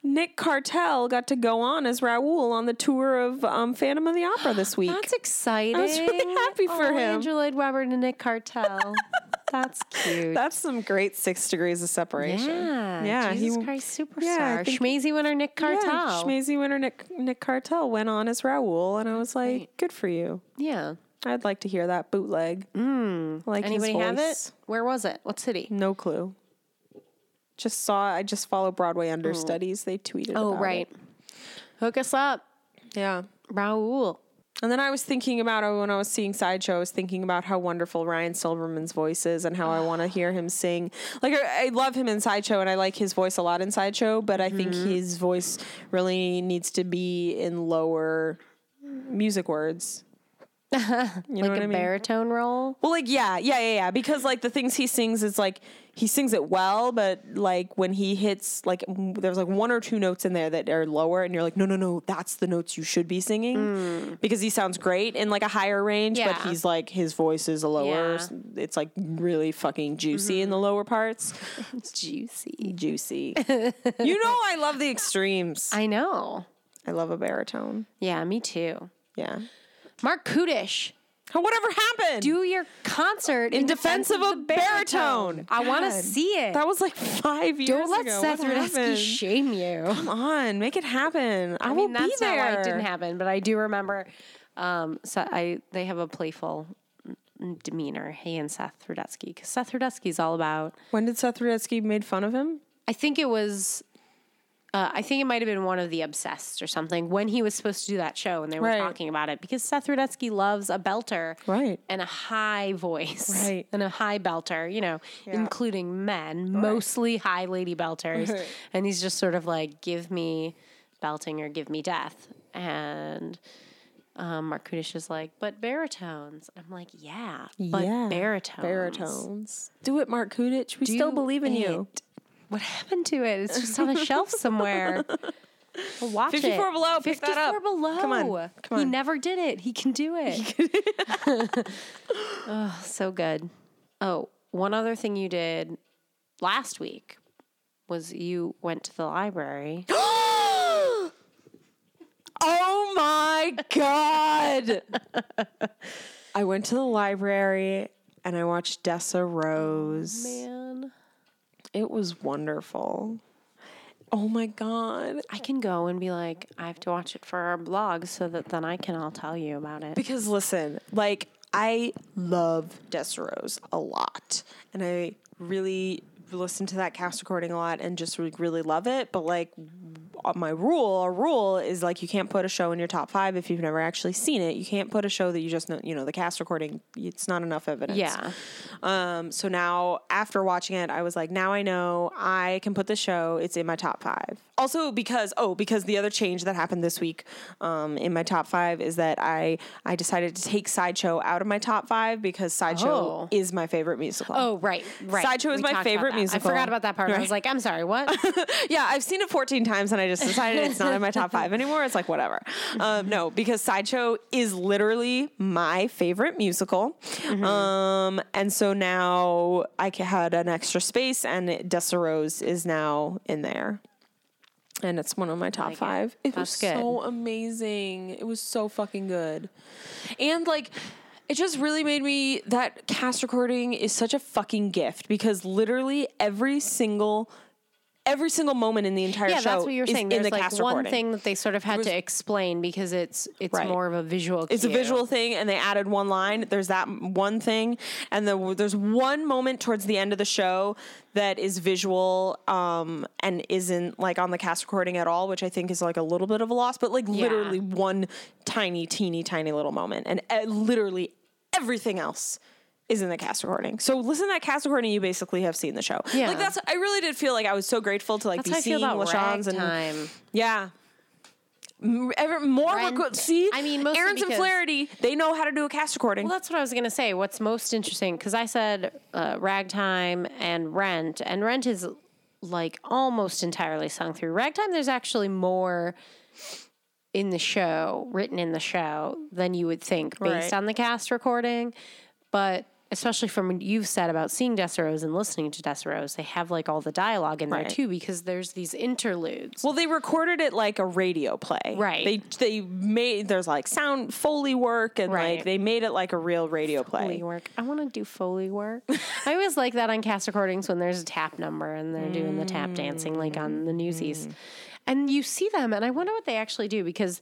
Speaker 1: Nick Cartel got to go on as Raoul on the tour of um, Phantom of the
Speaker 2: *gasps*
Speaker 1: Opera this week.
Speaker 2: That's exciting.
Speaker 1: happy for
Speaker 2: Oh,
Speaker 1: him.
Speaker 2: Andrew Lloyd Webber and Nick
Speaker 1: *laughs*
Speaker 2: Cartel. That's cute.
Speaker 1: That's some great six degrees of separation.
Speaker 2: yeah,
Speaker 1: yeah,
Speaker 2: Jesus
Speaker 1: he-
Speaker 2: Christ superstar,
Speaker 1: yeah, I think-
Speaker 2: Schmazy winner Nick Cartel.
Speaker 1: Yeah, Schmazy winner Nick Nick Cartel went on as Raoul, and I was like, good for you.
Speaker 2: Yeah.
Speaker 1: I'd like to hear that bootleg. Mm. Like his
Speaker 2: Anybody have it?
Speaker 1: voice.
Speaker 2: Where was it? What city?
Speaker 1: No clue. Just saw. I just follow Broadway understudies. They tweeted.
Speaker 2: Oh,
Speaker 1: about it.
Speaker 2: right. Hook us up,
Speaker 1: Yeah.
Speaker 2: Raul.
Speaker 1: And then I was thinking about uh, when I was seeing Sideshow, I was thinking about how wonderful Ryan Silverman's voice is and how
Speaker 2: *sighs*
Speaker 1: I want to hear him sing. Like, I, I love him in Sideshow and I like his voice a lot in Sideshow, but I think
Speaker 2: Mm-hmm.
Speaker 1: his voice really needs to be in lower
Speaker 2: *laughs*
Speaker 1: music words. You know
Speaker 2: Like
Speaker 1: what
Speaker 2: a
Speaker 1: I mean?
Speaker 2: baritone role.
Speaker 1: Well, like, yeah, yeah, yeah, yeah. Because, like, the things he sings is like, he sings it well, but, like, when he hits, like, m- there's like one or two notes in there that are lower, and you're like, no, no, no, that's the notes you should be singing. Because he sounds great in, like, a higher range,
Speaker 2: Yeah.
Speaker 1: but he's like, his voice is a lower.
Speaker 2: Yeah.
Speaker 1: s- It's, like, really fucking juicy in the lower parts.
Speaker 2: Juicy.
Speaker 1: Juicy. you know, I love the extremes.
Speaker 2: I know.
Speaker 1: I love a baritone.
Speaker 2: Yeah, me too.
Speaker 1: Yeah.
Speaker 2: Mark Kudish,
Speaker 1: Whatever happened?
Speaker 2: do your concert in,
Speaker 1: in defense of a baritone.
Speaker 2: I want to
Speaker 1: God.
Speaker 2: see it.
Speaker 1: That was like five years
Speaker 2: Don't let
Speaker 1: ago.
Speaker 2: Seth
Speaker 1: What
Speaker 2: Rudetsky
Speaker 1: happened?
Speaker 2: shame you.
Speaker 1: Come on, make it happen. I,
Speaker 2: I
Speaker 1: will
Speaker 2: mean, that's
Speaker 1: be there.
Speaker 2: not why it didn't happen, but I do remember. Um, so I they have a playful mm, demeanor. He and Seth Rudetsky, because Seth Rudetsky's all about.
Speaker 1: When did Seth Rudetsky made fun of him?
Speaker 2: I think it was. Uh, I think it might have been one of the obsessed or something when he was supposed to do that show, and they were
Speaker 1: Right.
Speaker 2: talking about it because Seth Rudetsky loves a belter,
Speaker 1: Right.
Speaker 2: and a high voice,
Speaker 1: Right.
Speaker 2: and a high belter, you know, including men, mostly high lady belters, and he's just sort of like, give me belting or give me death, and um, Mark Kudish is like, but baritones. I'm like, yeah, but
Speaker 1: Yeah,
Speaker 2: baritones.
Speaker 1: Baritones. Do it, Mark Kudich. We still
Speaker 2: Oh, Do
Speaker 1: believe in you.
Speaker 2: it. What happened to it? It's just on a *laughs* shelf somewhere. Well, watch it.
Speaker 1: 54 Below, pick
Speaker 2: 54
Speaker 1: that up.
Speaker 2: below.
Speaker 1: Come on, come
Speaker 2: He
Speaker 1: on.
Speaker 2: never did it. He can do it. *laughs* oh, so good. Oh, one other thing you did last week was you went to the library.
Speaker 1: *gasps* oh my god! I went to the library and I watched Dessa Rose.
Speaker 2: Man,
Speaker 1: It was wonderful. Oh my god!
Speaker 2: I can go and be like, I have to watch it for our blog so that then I can all tell you about it.
Speaker 1: Because listen, like I love Dessa Rose a lot, and I really listen to that cast recording a lot and just re- really love it. But like uh, my rule, a rule is like you can't put a show in your top five if you've never actually seen it. You can't put a show that you just know, you know, the cast recording. It's not enough evidence.
Speaker 2: Yeah.
Speaker 1: Um. So now after watching it, I was like, now I know I can put the show. It's in my top five. Also because oh because the other change that happened this week, um, in my top five is that I I decided to take Sideshow out of my top five because Sideshow
Speaker 2: Oh.
Speaker 1: is my favorite musical.
Speaker 2: Oh, right, right.
Speaker 1: Sideshow is
Speaker 2: We
Speaker 1: my
Speaker 2: talked about
Speaker 1: favorite
Speaker 2: that.
Speaker 1: musical.
Speaker 2: I forgot about that part. I
Speaker 1: Right.
Speaker 2: was like, I'm sorry, what?
Speaker 1: yeah, I've seen it 14 times and I just decided it's not in my top five anymore. It's like, whatever. Um, no, because Sideshow is literally my favorite musical.
Speaker 2: Mm-hmm.
Speaker 1: Um, and so now I ca- had an extra space and it- Dessa Rose is now in there. And it's one of my top five. It was
Speaker 2: That's good.
Speaker 1: so amazing. It was so fucking good. And like, it just really made me that cast recording is such a fucking gift because literally every single every single moment in the entire
Speaker 2: yeah,
Speaker 1: show
Speaker 2: that's what you were
Speaker 1: is
Speaker 2: saying.
Speaker 1: in
Speaker 2: There's
Speaker 1: the
Speaker 2: like
Speaker 1: cast
Speaker 2: one
Speaker 1: recording.
Speaker 2: thing that they sort of had
Speaker 1: was-
Speaker 2: to explain because it's it's
Speaker 1: Right.
Speaker 2: more of a visual.
Speaker 1: It's a
Speaker 2: cue.
Speaker 1: visual thing, and they added one line. There's that m- one thing, and the, there's one moment towards the end of the show that is visual um, and isn't like on the cast recording at all, which I think is like a little bit of a loss. But like literally one tiny, teeny, tiny little moment, and uh, literally everything else is in the cast recording. So listen to that cast recording, you basically have seen the show.
Speaker 2: Yeah.
Speaker 1: Like that's I really did feel like I was so grateful to like
Speaker 2: That's
Speaker 1: be
Speaker 2: how I feel
Speaker 1: seeing
Speaker 2: about
Speaker 1: LaShawn's and
Speaker 2: Ragtime.
Speaker 1: yeah. M- Ever more
Speaker 2: Rent-
Speaker 1: reco- see.
Speaker 2: I mean, mostly
Speaker 1: Aaron's and
Speaker 2: because-
Speaker 1: Flaherty, they know how to do a cast recording.
Speaker 2: Well, that's what I was gonna say. What's most interesting? Because I said uh, Ragtime and Rent, and Rent is like almost entirely sung through. Ragtime, there's actually more in the show, written in the show, than you would think based
Speaker 1: Right.
Speaker 2: on the cast recording. But especially from what you've said about seeing Deseros and listening to Deseros, they have like all the dialogue in
Speaker 1: Right.
Speaker 2: there too because there's these interludes.
Speaker 1: Well, they recorded it like a radio play.
Speaker 2: Right.
Speaker 1: They they made there's like sound foley work and like
Speaker 2: Right.
Speaker 1: they made it like a real radio
Speaker 2: Foley
Speaker 1: play.
Speaker 2: work. I want to do Foley work. I always like that on cast recordings when there's a tap number and they're doing the tap dancing, like on the Newsies. And you see them, and I wonder what they actually do because,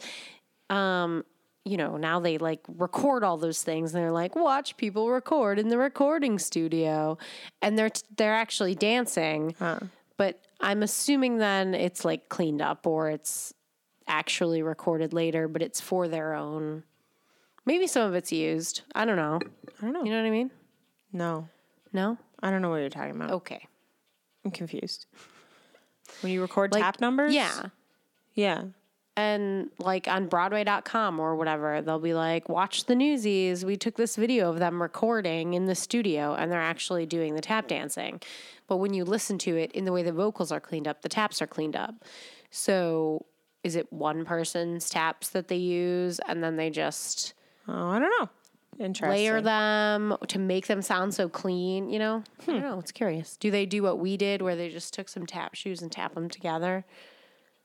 Speaker 2: um, you know, now they like record all those things, and they're like, watch people record in the recording studio, and they're they're actually dancing. But I'm assuming then it's like cleaned up or it's actually recorded later, but it's for their own. Maybe some of it's used. I don't know.
Speaker 1: I don't know.
Speaker 2: You know what I mean?
Speaker 1: no,
Speaker 2: No?
Speaker 1: I don't know what you're talking about.
Speaker 2: Okay.
Speaker 1: I'm confused. When you record
Speaker 2: Like,
Speaker 1: tap numbers,
Speaker 2: Yeah.
Speaker 1: yeah.
Speaker 2: And like on Broadway.com or whatever, they'll be like, watch the newsies. We took this video of them recording in the studio and they're actually doing the tap dancing. But when you listen to it in the way the vocals are cleaned up, the taps are cleaned up. So is it one person's taps that they use and then they just
Speaker 1: Oh, I don't know. Interesting.
Speaker 2: layer them to make them sound so clean, you know? I don't know. It's curious. Do they do what we did where they just took some tap shoes and tap them together?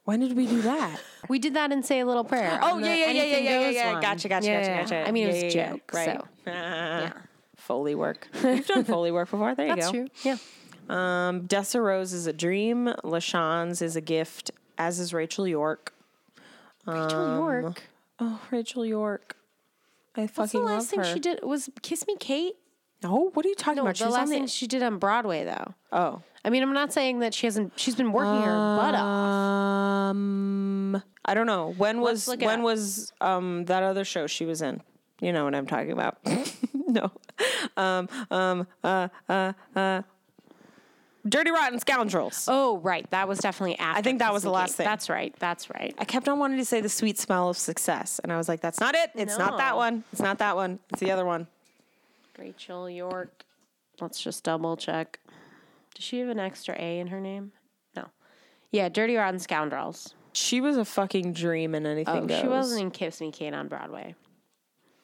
Speaker 1: When did we do that?
Speaker 2: We did that and say a little prayer.
Speaker 1: Oh
Speaker 2: on the
Speaker 1: yeah, yeah, yeah, yeah,
Speaker 2: Anything
Speaker 1: yeah, yeah,
Speaker 2: Goes
Speaker 1: yeah.
Speaker 2: one.
Speaker 1: Gotcha, gotcha,
Speaker 2: Yeah,
Speaker 1: gotcha,
Speaker 2: yeah, yeah.
Speaker 1: gotcha.
Speaker 2: I mean, it was
Speaker 1: Yeah,
Speaker 2: a
Speaker 1: yeah, yeah,
Speaker 2: joke.
Speaker 1: right. *laughs*
Speaker 2: So *laughs*
Speaker 1: Foley work. You've done Foley work before. There you
Speaker 2: that's
Speaker 1: go.
Speaker 2: true. Yeah.
Speaker 1: Um, Dessa Rose is a dream. LaShawn's is a gift, as is Rachel York. Um,
Speaker 2: Rachel York.
Speaker 1: Oh, Rachel York. I fucking
Speaker 2: What's the
Speaker 1: love
Speaker 2: last thing
Speaker 1: her.
Speaker 2: she did? Was Kiss Me Kate?
Speaker 1: No, what are you talking
Speaker 2: No,
Speaker 1: about? She
Speaker 2: the
Speaker 1: was
Speaker 2: last
Speaker 1: on the-
Speaker 2: thing she did on Broadway, though.
Speaker 1: oh.
Speaker 2: I mean, I'm not saying that she hasn't. She's been working her butt
Speaker 1: Uh,
Speaker 2: off.
Speaker 1: Um, I don't know. When was
Speaker 2: Let's look it
Speaker 1: when
Speaker 2: up.
Speaker 1: was um that other show she was in? You know what I'm talking about. *laughs* no. Um, um, uh, uh, uh. Dirty Rotten Scoundrels.
Speaker 2: Oh, right. That was definitely after.
Speaker 1: think that
Speaker 2: Kiss
Speaker 1: was the
Speaker 2: Me
Speaker 1: last
Speaker 2: Kate.
Speaker 1: thing.
Speaker 2: That's right. That's right.
Speaker 1: I kept on wanting to say the sweet smell of success, and I was like, "That's not it. It's not that
Speaker 2: No.
Speaker 1: one. It's not that one. It's the other one."
Speaker 2: Rachel York. Let's just double check. Does she have an extra A in her name? No. Yeah, Dirty Rotten Scoundrels.
Speaker 1: She was a fucking dream in anything.
Speaker 2: Oh,
Speaker 1: goes.
Speaker 2: she wasn't in Kiss Me Kate on Broadway.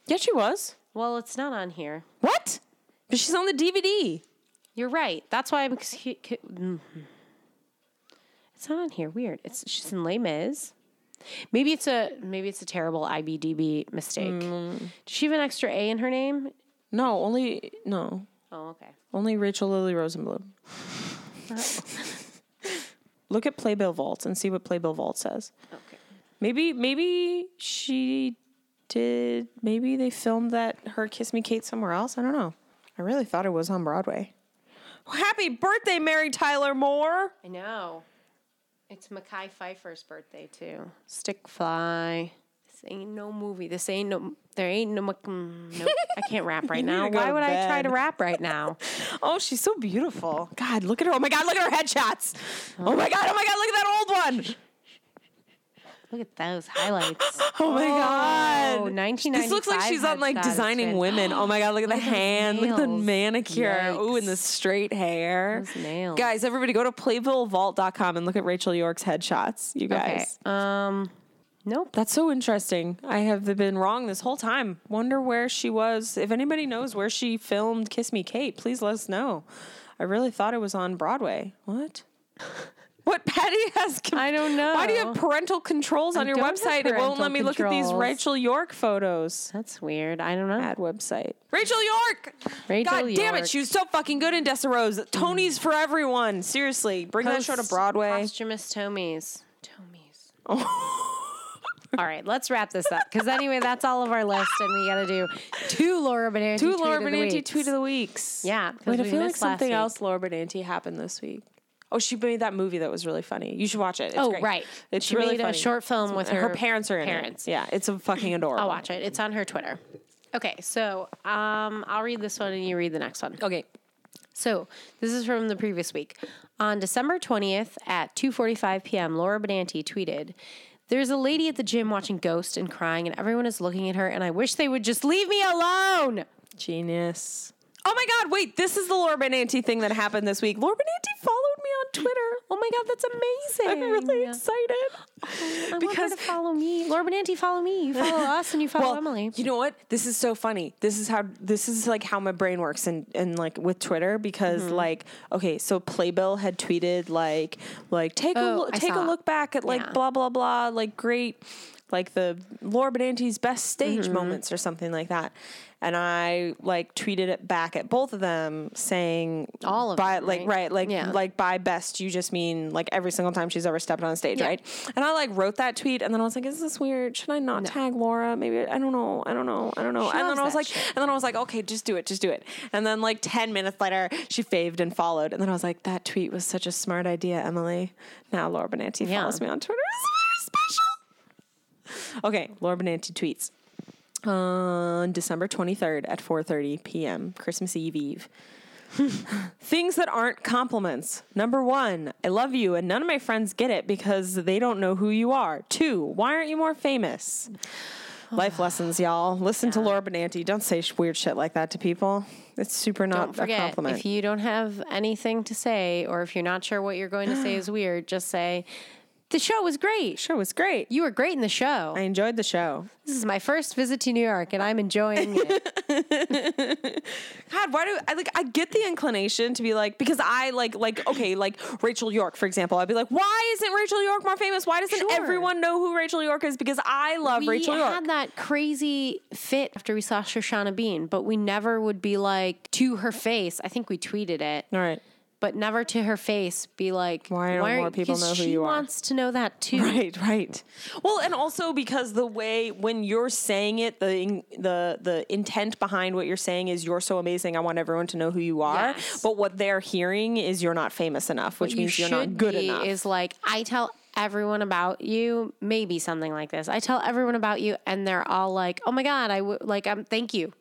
Speaker 1: Yeah, she was.
Speaker 2: Well, it's not on here.
Speaker 1: What? But she's on the DVD.
Speaker 2: You're right. That's why I'm. excu- cu- mhm. It's not on here. Weird. It's she's in Les Mis. Maybe it's a maybe it's a terrible IBDB mistake.
Speaker 1: Mm.
Speaker 2: Does she have an extra A in her name?
Speaker 1: No, only no,
Speaker 2: Oh, okay.
Speaker 1: only Rachel Lily Rosenblum. Look at Playbill Vault and see what Playbill Vault says.
Speaker 2: Okay.
Speaker 1: Maybe maybe she did. Maybe they filmed that her Kiss Me Kate somewhere else. I don't know. I really thought it was on Broadway. Happy birthday, Mary Tyler Moore.
Speaker 2: I know. It's Mackay Pfeiffer's birthday too. Stick fly. This ain't no movie. This ain't no. There ain't no. Mac- mm, Nope. I can't rap
Speaker 1: *laughs*
Speaker 2: right
Speaker 1: need
Speaker 2: now.
Speaker 1: to go
Speaker 2: Why
Speaker 1: to
Speaker 2: would I try to
Speaker 1: bed.
Speaker 2: rap right now?
Speaker 1: Oh, she's so beautiful. God, look at her. Oh my God, look at her headshots. Oh my God, oh my God, look at that old one.
Speaker 2: Look at those highlights.
Speaker 1: Oh my God.
Speaker 2: Oh, 1995.
Speaker 1: This looks like she's on like
Speaker 2: headshot is
Speaker 1: designing
Speaker 2: fan-
Speaker 1: women. Oh my god, look at the
Speaker 2: Look at those
Speaker 1: hand, look at the
Speaker 2: nails.
Speaker 1: manicure. Ooh, and the
Speaker 2: Yikes.
Speaker 1: straight hair.
Speaker 2: Those nails.
Speaker 1: Guys, everybody go to playvillevault.com and look at Rachel York's headshots, you *laughs* guys.
Speaker 2: Okay. Um. Nope.
Speaker 1: That's so interesting. I have been wrong this whole time. Wonder where she was. If anybody knows where she filmed Kiss Me Kate, please let us know. I really thought it was on Broadway. What? *laughs* What Patty has? con-
Speaker 2: I don't know.
Speaker 1: Why do you have parental controls on your
Speaker 2: don't have
Speaker 1: website? It won't
Speaker 2: parental
Speaker 1: let me look at these
Speaker 2: controls.
Speaker 1: Rachel York photos.
Speaker 2: That's weird. I don't know.
Speaker 1: Bad website. Rachel York.
Speaker 2: Rachel
Speaker 1: God damn
Speaker 2: York.
Speaker 1: it, she was so fucking good in Dessa Rose. Tony's for everyone. Seriously, bring that show to
Speaker 2: Post-
Speaker 1: Broadway.
Speaker 2: Posthumous Tomies. Tomies.
Speaker 1: *laughs*
Speaker 2: all right, let's wrap this up. Because anyway, that's all of our list, and we got to do two Laura Benanti.
Speaker 1: Do Laura
Speaker 2: tweet of the
Speaker 1: Benanti
Speaker 2: weeks.
Speaker 1: tweet of the weeks.
Speaker 2: Yeah, 'cause
Speaker 1: Wait, I
Speaker 2: we
Speaker 1: feel like
Speaker 2: missed last
Speaker 1: something
Speaker 2: week.
Speaker 1: else Laura Benanti happened this week. Oh, she made that movie that was really funny. You should watch it. It's
Speaker 2: Oh,
Speaker 1: great.
Speaker 2: right.
Speaker 1: It's
Speaker 2: She
Speaker 1: really
Speaker 2: made a
Speaker 1: funny.
Speaker 2: short film with
Speaker 1: And her
Speaker 2: her
Speaker 1: parents are in
Speaker 2: parents. Oh,
Speaker 1: it. Yeah, it's
Speaker 2: *clears throat*
Speaker 1: a fucking adorable.
Speaker 2: I'll watch it. It's on her Twitter. Okay, so um, I'll read this one and you read the next one.
Speaker 1: Okay.
Speaker 2: So this is from the previous week. On December 20th at 2:45 p.m., Laura Benanti tweeted, "There's a lady at the gym watching Ghost and crying, and everyone is looking at her. And I wish they would just leave me alone."
Speaker 1: Genius. Oh my God! Wait, this is the Laura Benanti thing that happened this week. Laura Benanti followed me on Twitter. Oh my God, that's amazing! I'm really excited
Speaker 2: I want her to follow me, Laura Benanti. Follow me. You
Speaker 1: *laughs*
Speaker 2: follow us, and you follow Emily.
Speaker 1: You know what? This is so funny. This is how this is like how my brain works and and like with Twitter because
Speaker 2: Mm-hmm.
Speaker 1: like okay, so Playbill had tweeted like like take a
Speaker 2: Oh,
Speaker 1: look,
Speaker 2: I
Speaker 1: take a
Speaker 2: saw.
Speaker 1: look back at like
Speaker 2: Yeah.
Speaker 1: blah blah blah like great like the Laura Benanti's best stage
Speaker 2: Mm-hmm.
Speaker 1: moments or something like that. And I like tweeted it back at both of them saying
Speaker 2: All of
Speaker 1: by
Speaker 2: them,
Speaker 1: like
Speaker 2: right?
Speaker 1: right like
Speaker 2: Yeah.
Speaker 1: like by best you just mean like every single time she's ever stepped on stage,
Speaker 2: Yeah.
Speaker 1: right? And I like wrote that tweet and then I was like is this weird? Should I not
Speaker 2: No.
Speaker 1: tag Laura? Maybe I don't know. I don't know. I don't know.
Speaker 2: She
Speaker 1: and then
Speaker 2: loves
Speaker 1: I was
Speaker 2: that
Speaker 1: like,
Speaker 2: shit.
Speaker 1: and then I was like, okay, just do it, just do it. And then like ten minutes later, she faved and followed. And then I was like, that tweet was such a smart idea, Emily. Now Laura Benanti
Speaker 2: Yeah.
Speaker 1: follows me on Twitter. It's very special. Okay, Laura Benanti tweets on December twenty third at four thirty p.m. Christmas Eve Eve. Things that aren't compliments. Number one, I love you, and none of my friends get it because they don't know who you are. Two, why aren't you more famous? Life lessons, y'all. Listen to Laura Benanti. Don't say sh- weird shit like that to people. It's super not
Speaker 2: Don't
Speaker 1: a
Speaker 2: forget,
Speaker 1: compliment.
Speaker 2: if you don't have anything to say, or if you're not sure what you're going to
Speaker 1: *gasps*
Speaker 2: say is weird, just say, "The show was great.
Speaker 1: sure, it was great.
Speaker 2: You were great in the show.
Speaker 1: I enjoyed the show.
Speaker 2: This is my first visit to New York, and I'm enjoying
Speaker 1: *laughs*
Speaker 2: it."
Speaker 1: God, why do I like? I get the inclination to be like because I like like okay, like Rachel York, for example. I'd be like, why isn't Rachel York more famous? Why doesn't
Speaker 2: Sure.
Speaker 1: everyone know who Rachel York is? Because I love
Speaker 2: we
Speaker 1: Rachel York.
Speaker 2: had that crazy fit after we saw Shoshana Bean, but we never would be like to her face. I think we tweeted it,
Speaker 1: All right.
Speaker 2: but never to her face be like,
Speaker 1: Why don't more
Speaker 2: aren't-
Speaker 1: people
Speaker 2: 'cause
Speaker 1: know who
Speaker 2: she
Speaker 1: you are?
Speaker 2: wants to know that too.
Speaker 1: *laughs* Right, right. Well, and also because the way when you're saying it, the in- the the intent behind what you're saying is you're so amazing. I want everyone to know who you are.
Speaker 2: Yes.
Speaker 1: But what they're hearing is you're not famous enough, which
Speaker 2: What
Speaker 1: means you're
Speaker 2: should
Speaker 1: not good
Speaker 2: be
Speaker 1: enough.
Speaker 2: Is like I tell everyone about you, maybe something like this. I tell everyone about you, and they're all like, "Oh my god, I w- like um, thank you."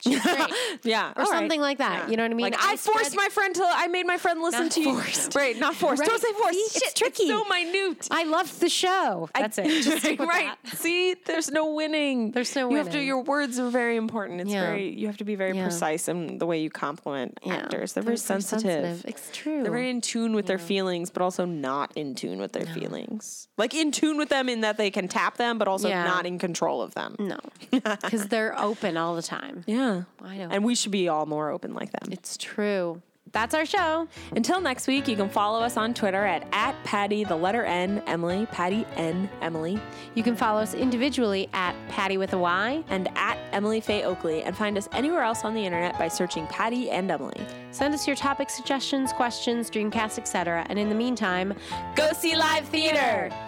Speaker 1: *laughs*
Speaker 2: She's great.
Speaker 1: yeah,
Speaker 2: or
Speaker 1: all right.
Speaker 2: something like that.
Speaker 1: Yeah.
Speaker 2: You know what I mean?
Speaker 1: Like I, forced
Speaker 2: spread-
Speaker 1: my friend to. I made my friend listen
Speaker 2: Not
Speaker 1: to you.
Speaker 2: forced.
Speaker 1: Right, not forced.
Speaker 2: Right.
Speaker 1: Don't say forced.
Speaker 2: See?
Speaker 1: Shit,
Speaker 2: It's tricky.
Speaker 1: so minute.
Speaker 2: I loved the show. That's it.
Speaker 1: *laughs*
Speaker 2: Just stick
Speaker 1: right,
Speaker 2: with
Speaker 1: right.
Speaker 2: that.
Speaker 1: See, there's no winning.
Speaker 2: There's no
Speaker 1: You have to.
Speaker 2: winning.
Speaker 1: Your words are very important. It's
Speaker 2: Yeah.
Speaker 1: very. You have to be very
Speaker 2: Yeah.
Speaker 1: precise in the way you compliment
Speaker 2: Yeah.
Speaker 1: actors. They're, very sensitive.
Speaker 2: It's true.
Speaker 1: They're very in tune with their feelings, but also not in tune with their feelings. Like in tune with them in that they can tap them, but also
Speaker 2: Yeah. Mm.
Speaker 1: not in control of them. *laughs*
Speaker 2: no, because they're open all the time.
Speaker 1: Yeah,
Speaker 2: I know.
Speaker 1: And we should be all more open like them.
Speaker 2: It's true. that's our show.
Speaker 1: Until next week, you can follow us on Twitter at, at Patty, the letter N, Emily, Patty N, Emily,
Speaker 2: You can follow us individually at Patty with a Y.
Speaker 1: and at Emily Faye Oakley, and find us anywhere else on the internet by searching Patty and Emily.
Speaker 2: Send us your topic suggestions, questions, Dreamcast, etc. And in the meantime,
Speaker 1: Go see live theater!
Speaker 2: theater.